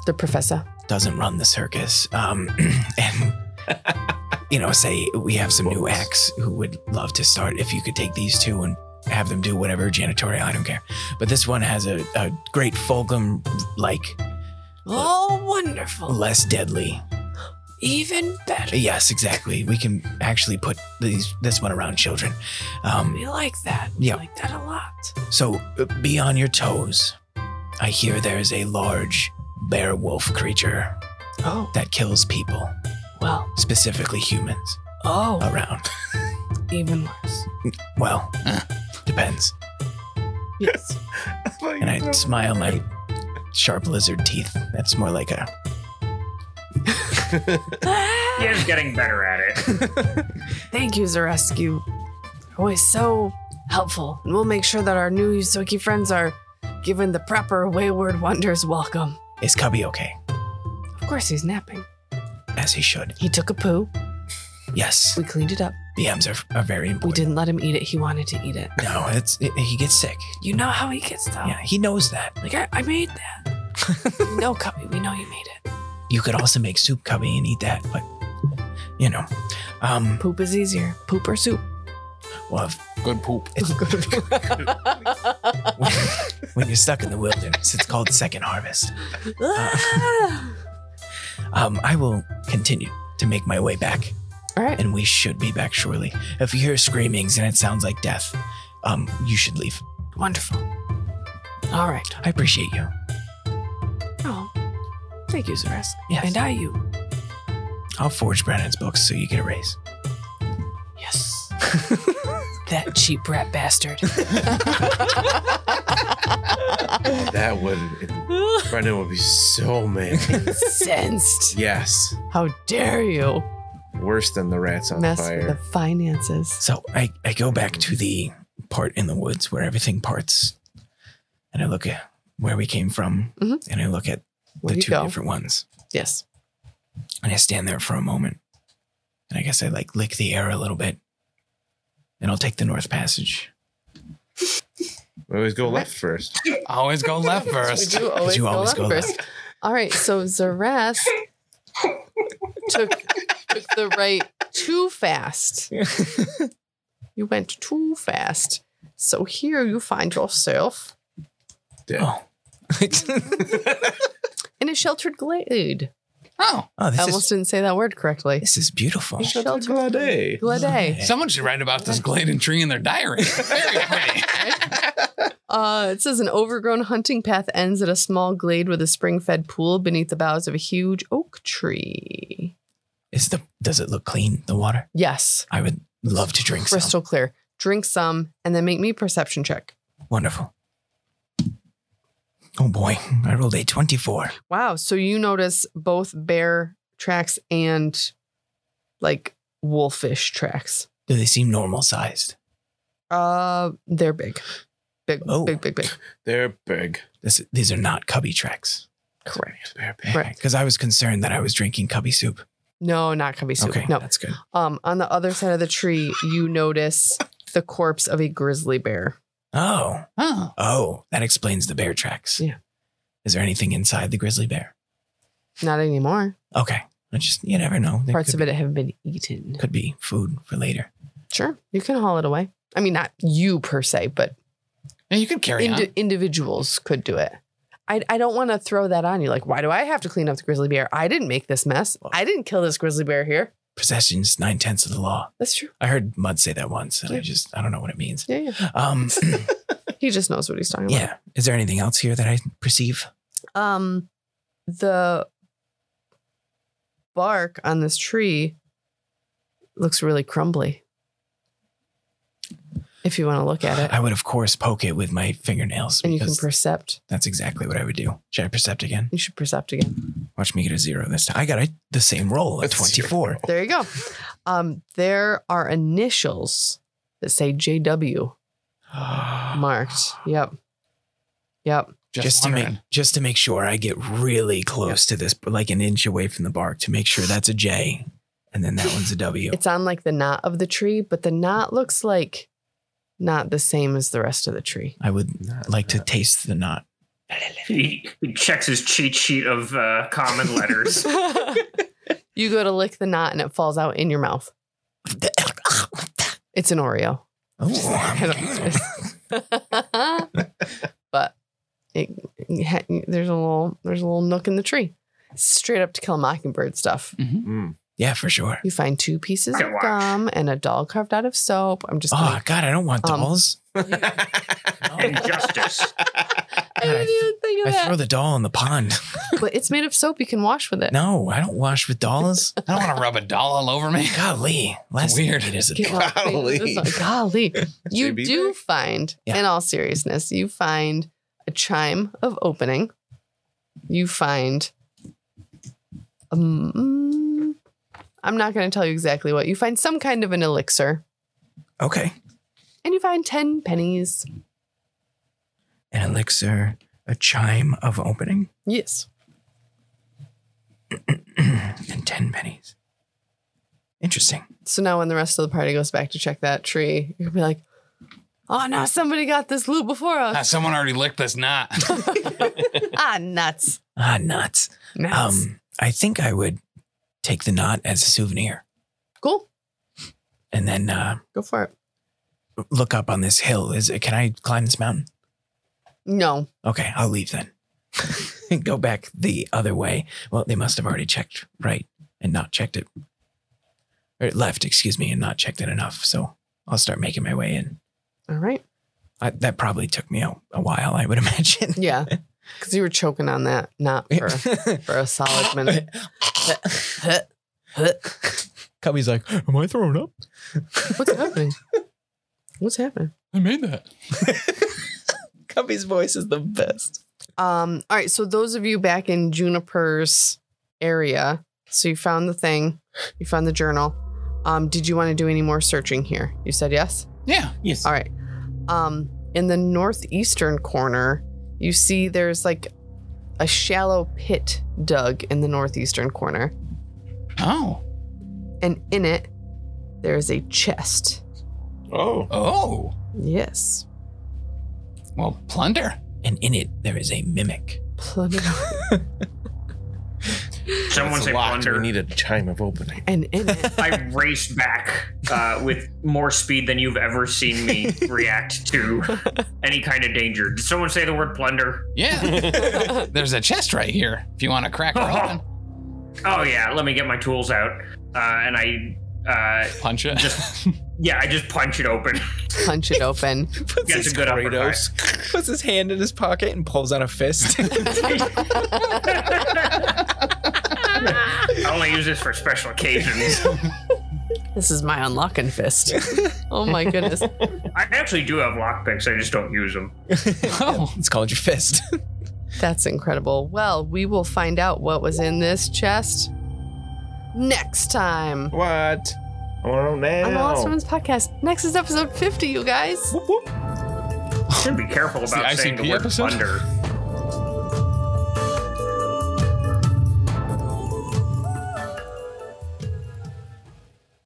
S1: The professor.
S3: doesn't run the circus. Um, and you know, say we have some new acts who would love to start. If you could take these two and have them do whatever janitorial, I don't care. But this one has a, a great fulcrum, like
S1: Oh, wonderful.
S3: less deadly.
S1: Even better.
S3: Yes, exactly. We can actually put these, this one around children. Um,
S1: like that.
S3: We Yeah.
S1: like that a lot.
S3: so uh, be on your toes. I hear there's a large bear wolf creature
S1: Oh,
S3: that kills people,
S1: well.
S3: specifically humans,
S1: Oh,
S3: around.
S1: even worse.
S3: Well, depends.
S1: Yes.
S3: And I smile my sharp lizard teeth. That's more like a.
S5: he is getting better at it.
S1: Thank you, Zarescu. You're always so helpful. And we'll make sure that our new Yusoki friends are given the proper wayward wonders welcome.
S3: Is Cubby okay?
S1: Of course, he's napping.
S3: As he should.
S1: He took a poo.
S3: Yes,
S1: We cleaned it up.
S3: BMs are, are very
S1: We
S3: important.
S1: didn't let him eat it. He wanted to eat it.
S3: No, it's he gets sick.
S1: You know how he gets though.
S3: Yeah, he knows that.
S1: Like, I, I made that. no, Cubby, we know you made it.
S3: You could also make soup, Cubby, and eat that, but you know, um,
S1: Poop is easier. Poop or soup?
S3: well, if-
S7: Good poop.
S3: it's when, when you're stuck in the wilderness, it's called second harvest.
S1: Ah!
S3: Um, I will continue to make my way back,
S1: All right.
S3: and we should be back shortly. If you hear screamings and it sounds like death, um, you should leave.
S1: Wonderful. All right.
S3: I appreciate you.
S1: Oh, thank you, Zaresk.
S3: Yes.
S1: And I you.
S3: I'll forge Brennan's books so you get a raise.
S1: Yes. that cheap rat bastard.
S4: That would Brendan would be so mad.
S1: Sensed.
S4: yes,
S1: How dare you
S4: worse than the rats on
S1: mess with the
S4: fire.
S1: finances?
S3: So I, I go back to the part in the woods where everything parts, and I look at where we came from,
S1: Mhm.
S3: and I look at
S1: Where
S3: the
S1: you
S3: two
S1: go?
S3: different ones,
S1: Yes.
S3: and I stand there for a moment, and I guess I like lick the air a little bit, and I'll take the North Passage.
S4: We always go left first.
S6: Always go left first.
S1: You always,
S3: you
S1: go,
S3: always
S1: left
S3: go
S1: first. All right, so Zaresk took took the right too fast. you went too fast. So here you find yourself
S3: Oh,
S1: in a sheltered glade.
S6: Oh,
S3: oh,
S1: I
S3: this
S1: almost
S3: is
S1: didn't say that word correctly.
S3: this is beautiful.
S1: Sheltered
S4: Glad day.
S1: glade.
S6: someone should write about this Gladen tree in their diary. Very pretty.
S1: Uh, it says an overgrown hunting path ends at a small glade with a spring-fed pool beneath the boughs of a huge oak tree.
S3: Is the does it look clean? The water?
S1: Yes,
S3: I would love to drink some.
S1: crystal clear. Drink some, and then make me a perception check.
S3: Wonderful. Oh boy, I rolled a twenty-four.
S1: Wow. So you notice both bear tracks and like wolfish tracks.
S3: Do they seem normal sized?
S1: Uh, they're big, big,
S3: Oh.
S1: big, big, big.
S4: They're big.
S3: This, these are not cubby tracks.
S1: Correct.
S4: They're big.
S1: Right.
S3: Because I was concerned that I was drinking cubby soup.
S1: No, not cubby soup.
S3: Okay,
S1: No.
S3: that's good.
S1: Um, on the other side of the tree, you notice the corpse of a grizzly bear.
S3: Oh,
S6: Oh,
S3: oh, that explains the bear tracks.
S1: Yeah.
S3: Is there anything inside the grizzly bear?
S1: Not anymore.
S3: Okay, I just you never know. There
S1: Parts
S3: could
S1: of it have been eaten.
S3: be, could be food for later.
S1: Sure, you can haul it away. I mean, not you per se, but
S6: yeah, you could carry
S1: Indi- individuals could do it. I, I don't want to throw that on you. Like, why do I have to clean up the grizzly bear? I didn't make this mess. I didn't kill this grizzly bear here.
S3: Possession's nine tenths of the law.
S1: That's true.
S3: I heard Mud say that once, and I
S1: Yeah.
S3: just I don't know what it means.
S1: Yeah, yeah.
S3: Um,
S1: He just knows what he's talking
S3: yeah. Is there anything else here that I perceive?
S1: about. Um, the bark on this tree looks really crumbly. If you want to look at it,
S3: I would of course poke it with my fingernails
S1: and you can
S3: because
S1: percept,
S3: that's exactly what I would do. Should I percept again?
S1: you should percept again.
S3: Watch me get a zero this time. I got a, the same roll at
S4: A zero.
S3: 24.
S1: There you go. Um, there are initials that say JW marked. Yep. Yep.
S6: Just,
S3: just to make
S6: wondering.
S3: just to make sure I get really close to this, like an inch away from the bark, to make sure that's a J, and then that one's a W.
S1: It's on like the knot of the tree, but the knot looks like not the same as the rest of the tree.
S3: I would like to taste the knot.
S5: He, he checks his cheat sheet of uh, common letters.
S1: you go to lick the knot and it falls out in your mouth. It's an Oreo. but it, it ha- there's a little there's a little nook in the tree. Straight up to kill a mockingbird stuff.
S4: Mm.
S3: yeah, for sure.
S1: You find two pieces
S5: Pocket
S1: of
S5: watch.
S1: gum and a doll carved out of soap. I'm just
S3: Oh
S1: kidding.
S3: God, I don't want
S1: Um,
S3: dolls.
S5: Injustice.
S1: I didn't even think of
S3: I throw
S1: that.
S3: the doll in the pond.
S1: But it's made of soap. You can wash with it.
S3: No, I don't wash with dolls.
S6: I don't want to rub a doll all over me.
S3: Golly, last
S6: Weird.
S3: weird. It is a
S1: Get
S3: doll.
S1: my face.
S4: Golly.
S1: This is- golly. You
S4: JB
S1: do
S4: back?
S1: find,
S3: Yeah.
S1: in all seriousness, you find a chime of opening. You find. Um, I'm not going to tell you exactly what. You find some kind of an elixir,
S3: Okay,
S1: and you find 10 pennies.
S3: an elixir, a chime of opening,
S1: Yes.
S3: and ten pennies. Interesting.
S1: So now when the rest of the party goes back to check that tree, you'll be like, oh no, somebody got this loot before
S6: Ah,
S1: us.
S6: someone already licked this knot.
S1: ah, nuts.
S3: Ah, nuts.
S1: Nuts.
S3: Um, I think I would take the knot as a souvenir
S1: cool.
S3: and then uh,
S1: Go for it.
S3: look up on this hill. Is it, can I climb this mountain?
S1: No.
S3: Okay, I'll leave then. Go back the other way. Well, they must have already checked right and not checked it. Or left, excuse me, and not checked it enough. So I'll start making my way in.
S1: All right.
S3: I, that probably took me a, a while, I would imagine.
S1: Yeah. Because you were choking on that knot for, for a solid minute.
S3: Cubby's like, Am I throwing up?
S1: What's happening? What's happening?
S7: I made that.
S3: Cubby's voice is the best.
S1: Um, all right. So those of you back in Juniper's area, so you found the thing, you found the journal. Um, did you want to do any more searching here? You said yes?
S6: yeah.
S4: Yes.
S1: All right. Um, in the northeastern corner, you see there's like a shallow pit dug in the northeastern corner.
S6: Oh.
S1: And in it, there is a chest.
S4: Oh.
S6: Oh.
S1: Yes.
S6: Well, plunder.
S3: And in it, there is a mimic.
S1: Plummet.
S4: That's
S5: Someone say
S4: locked.
S5: plunder.
S4: We need a chime of opening.
S1: And in it,
S5: I race back uh, with more speed than you've ever seen me react to any kind of danger. Did someone say the word plunder?
S6: Yeah. There's a chest right here. If you want to crack her open,
S5: Oh yeah, let me get my tools out. Uh, and I, uh,
S7: Punch it.
S5: Just- yeah, I just punch it open.
S1: punch it open.
S3: Puts
S5: That's a good uppercut.
S4: Kratos.
S3: puts his hand in his pocket and pulls out a fist.
S5: I only use this for special occasions.
S1: This is my unlocking fist. Oh my goodness.
S5: I actually do have lockpicks. I just don't use them.
S6: oh,
S3: it's called your fist.
S1: That's incredible. Well, we will find out what was in this chest next time.
S4: What? I want to know now.
S1: On the Lost Women's Podcast. Next is episode 50, you guys.
S4: Whoop, whoop.
S5: Should be careful
S7: the
S5: about saying the
S7: ICP
S5: word
S7: episode?
S5: plunder.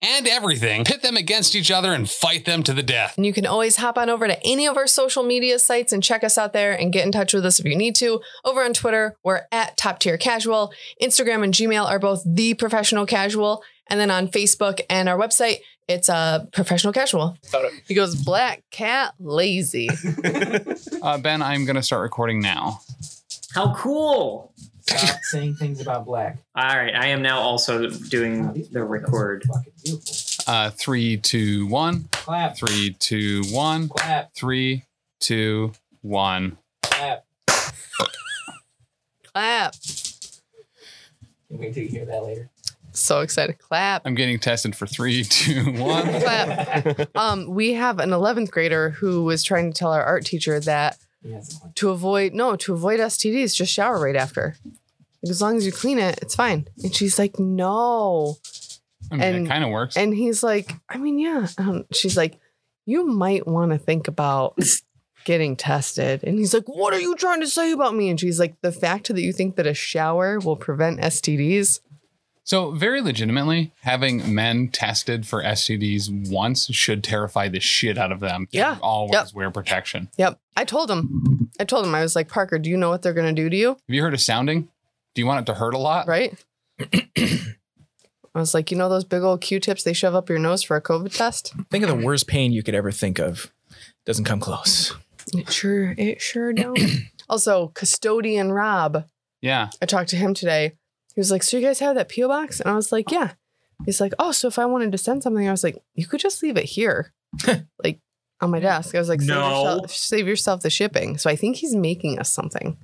S6: and everything, pit them against each other and fight them to the death.
S1: And you can always hop on over to any of our social media sites and check us out there and get in touch with us if you need to. Over on Twitter, we're at Top Tier Casual. Instagram and Gmail are both The Professional Casual. And then on Facebook and our website, it's uh, Professional Casual. He goes, Black Cat Lazy.
S2: Uh, ben, I'm going to start recording now.
S5: How cool!
S3: Stop saying things about black.
S8: All right, I am now also doing the record.
S3: Fucking beautiful.
S2: Uh, three, two, one.
S3: Clap,
S2: Three, two, one.
S3: clap,
S2: Three, two, one.
S3: clap.
S1: Clap.
S3: Can't wait till you hear that later.
S1: So excited. Clap.
S2: I'm getting tested for three, two, one.
S1: Clap. Um, we have an 11th grader who was trying to tell our art teacher that
S3: Yes.
S1: to avoid no to avoid STDs, just shower right after. Like, as long as you clean it, it's fine. And she's like, no.
S2: I mean,
S1: And-
S2: it kind of works.
S1: And he's like, I mean, yeah. Um, she's like, you might want to think about getting tested. And he's like, what are you trying to say about me? And she's like, the fact that you think that a shower will prevent STDs.
S2: So, very legitimately, having men tested for STDs once should terrify the shit out of them.
S1: Yeah.
S2: Always
S1: Yep.
S2: wear protection.
S1: Yep. I told him. I told him. I was like, Parker, do you know what they're gonna do to you?
S2: Have you heard of sounding? Do you want it to hurt a lot?
S1: Right? I was like, you know those big old Q-tips they shove up your nose for a COVID test?
S3: Think of the worst pain you could ever think of. Doesn't come close.
S1: It sure, it sure don't. also, custodian Rob,
S2: Yeah.
S1: I talked to him today. He was like, "So you guys have that PO box?" And I was like, "Yeah." He's like, "Oh, so if I wanted to send something, I was like, you could just leave it here, like on my desk." I was like, "Save,
S5: No.
S1: yourself, save yourself the shipping." So I think he's making us something.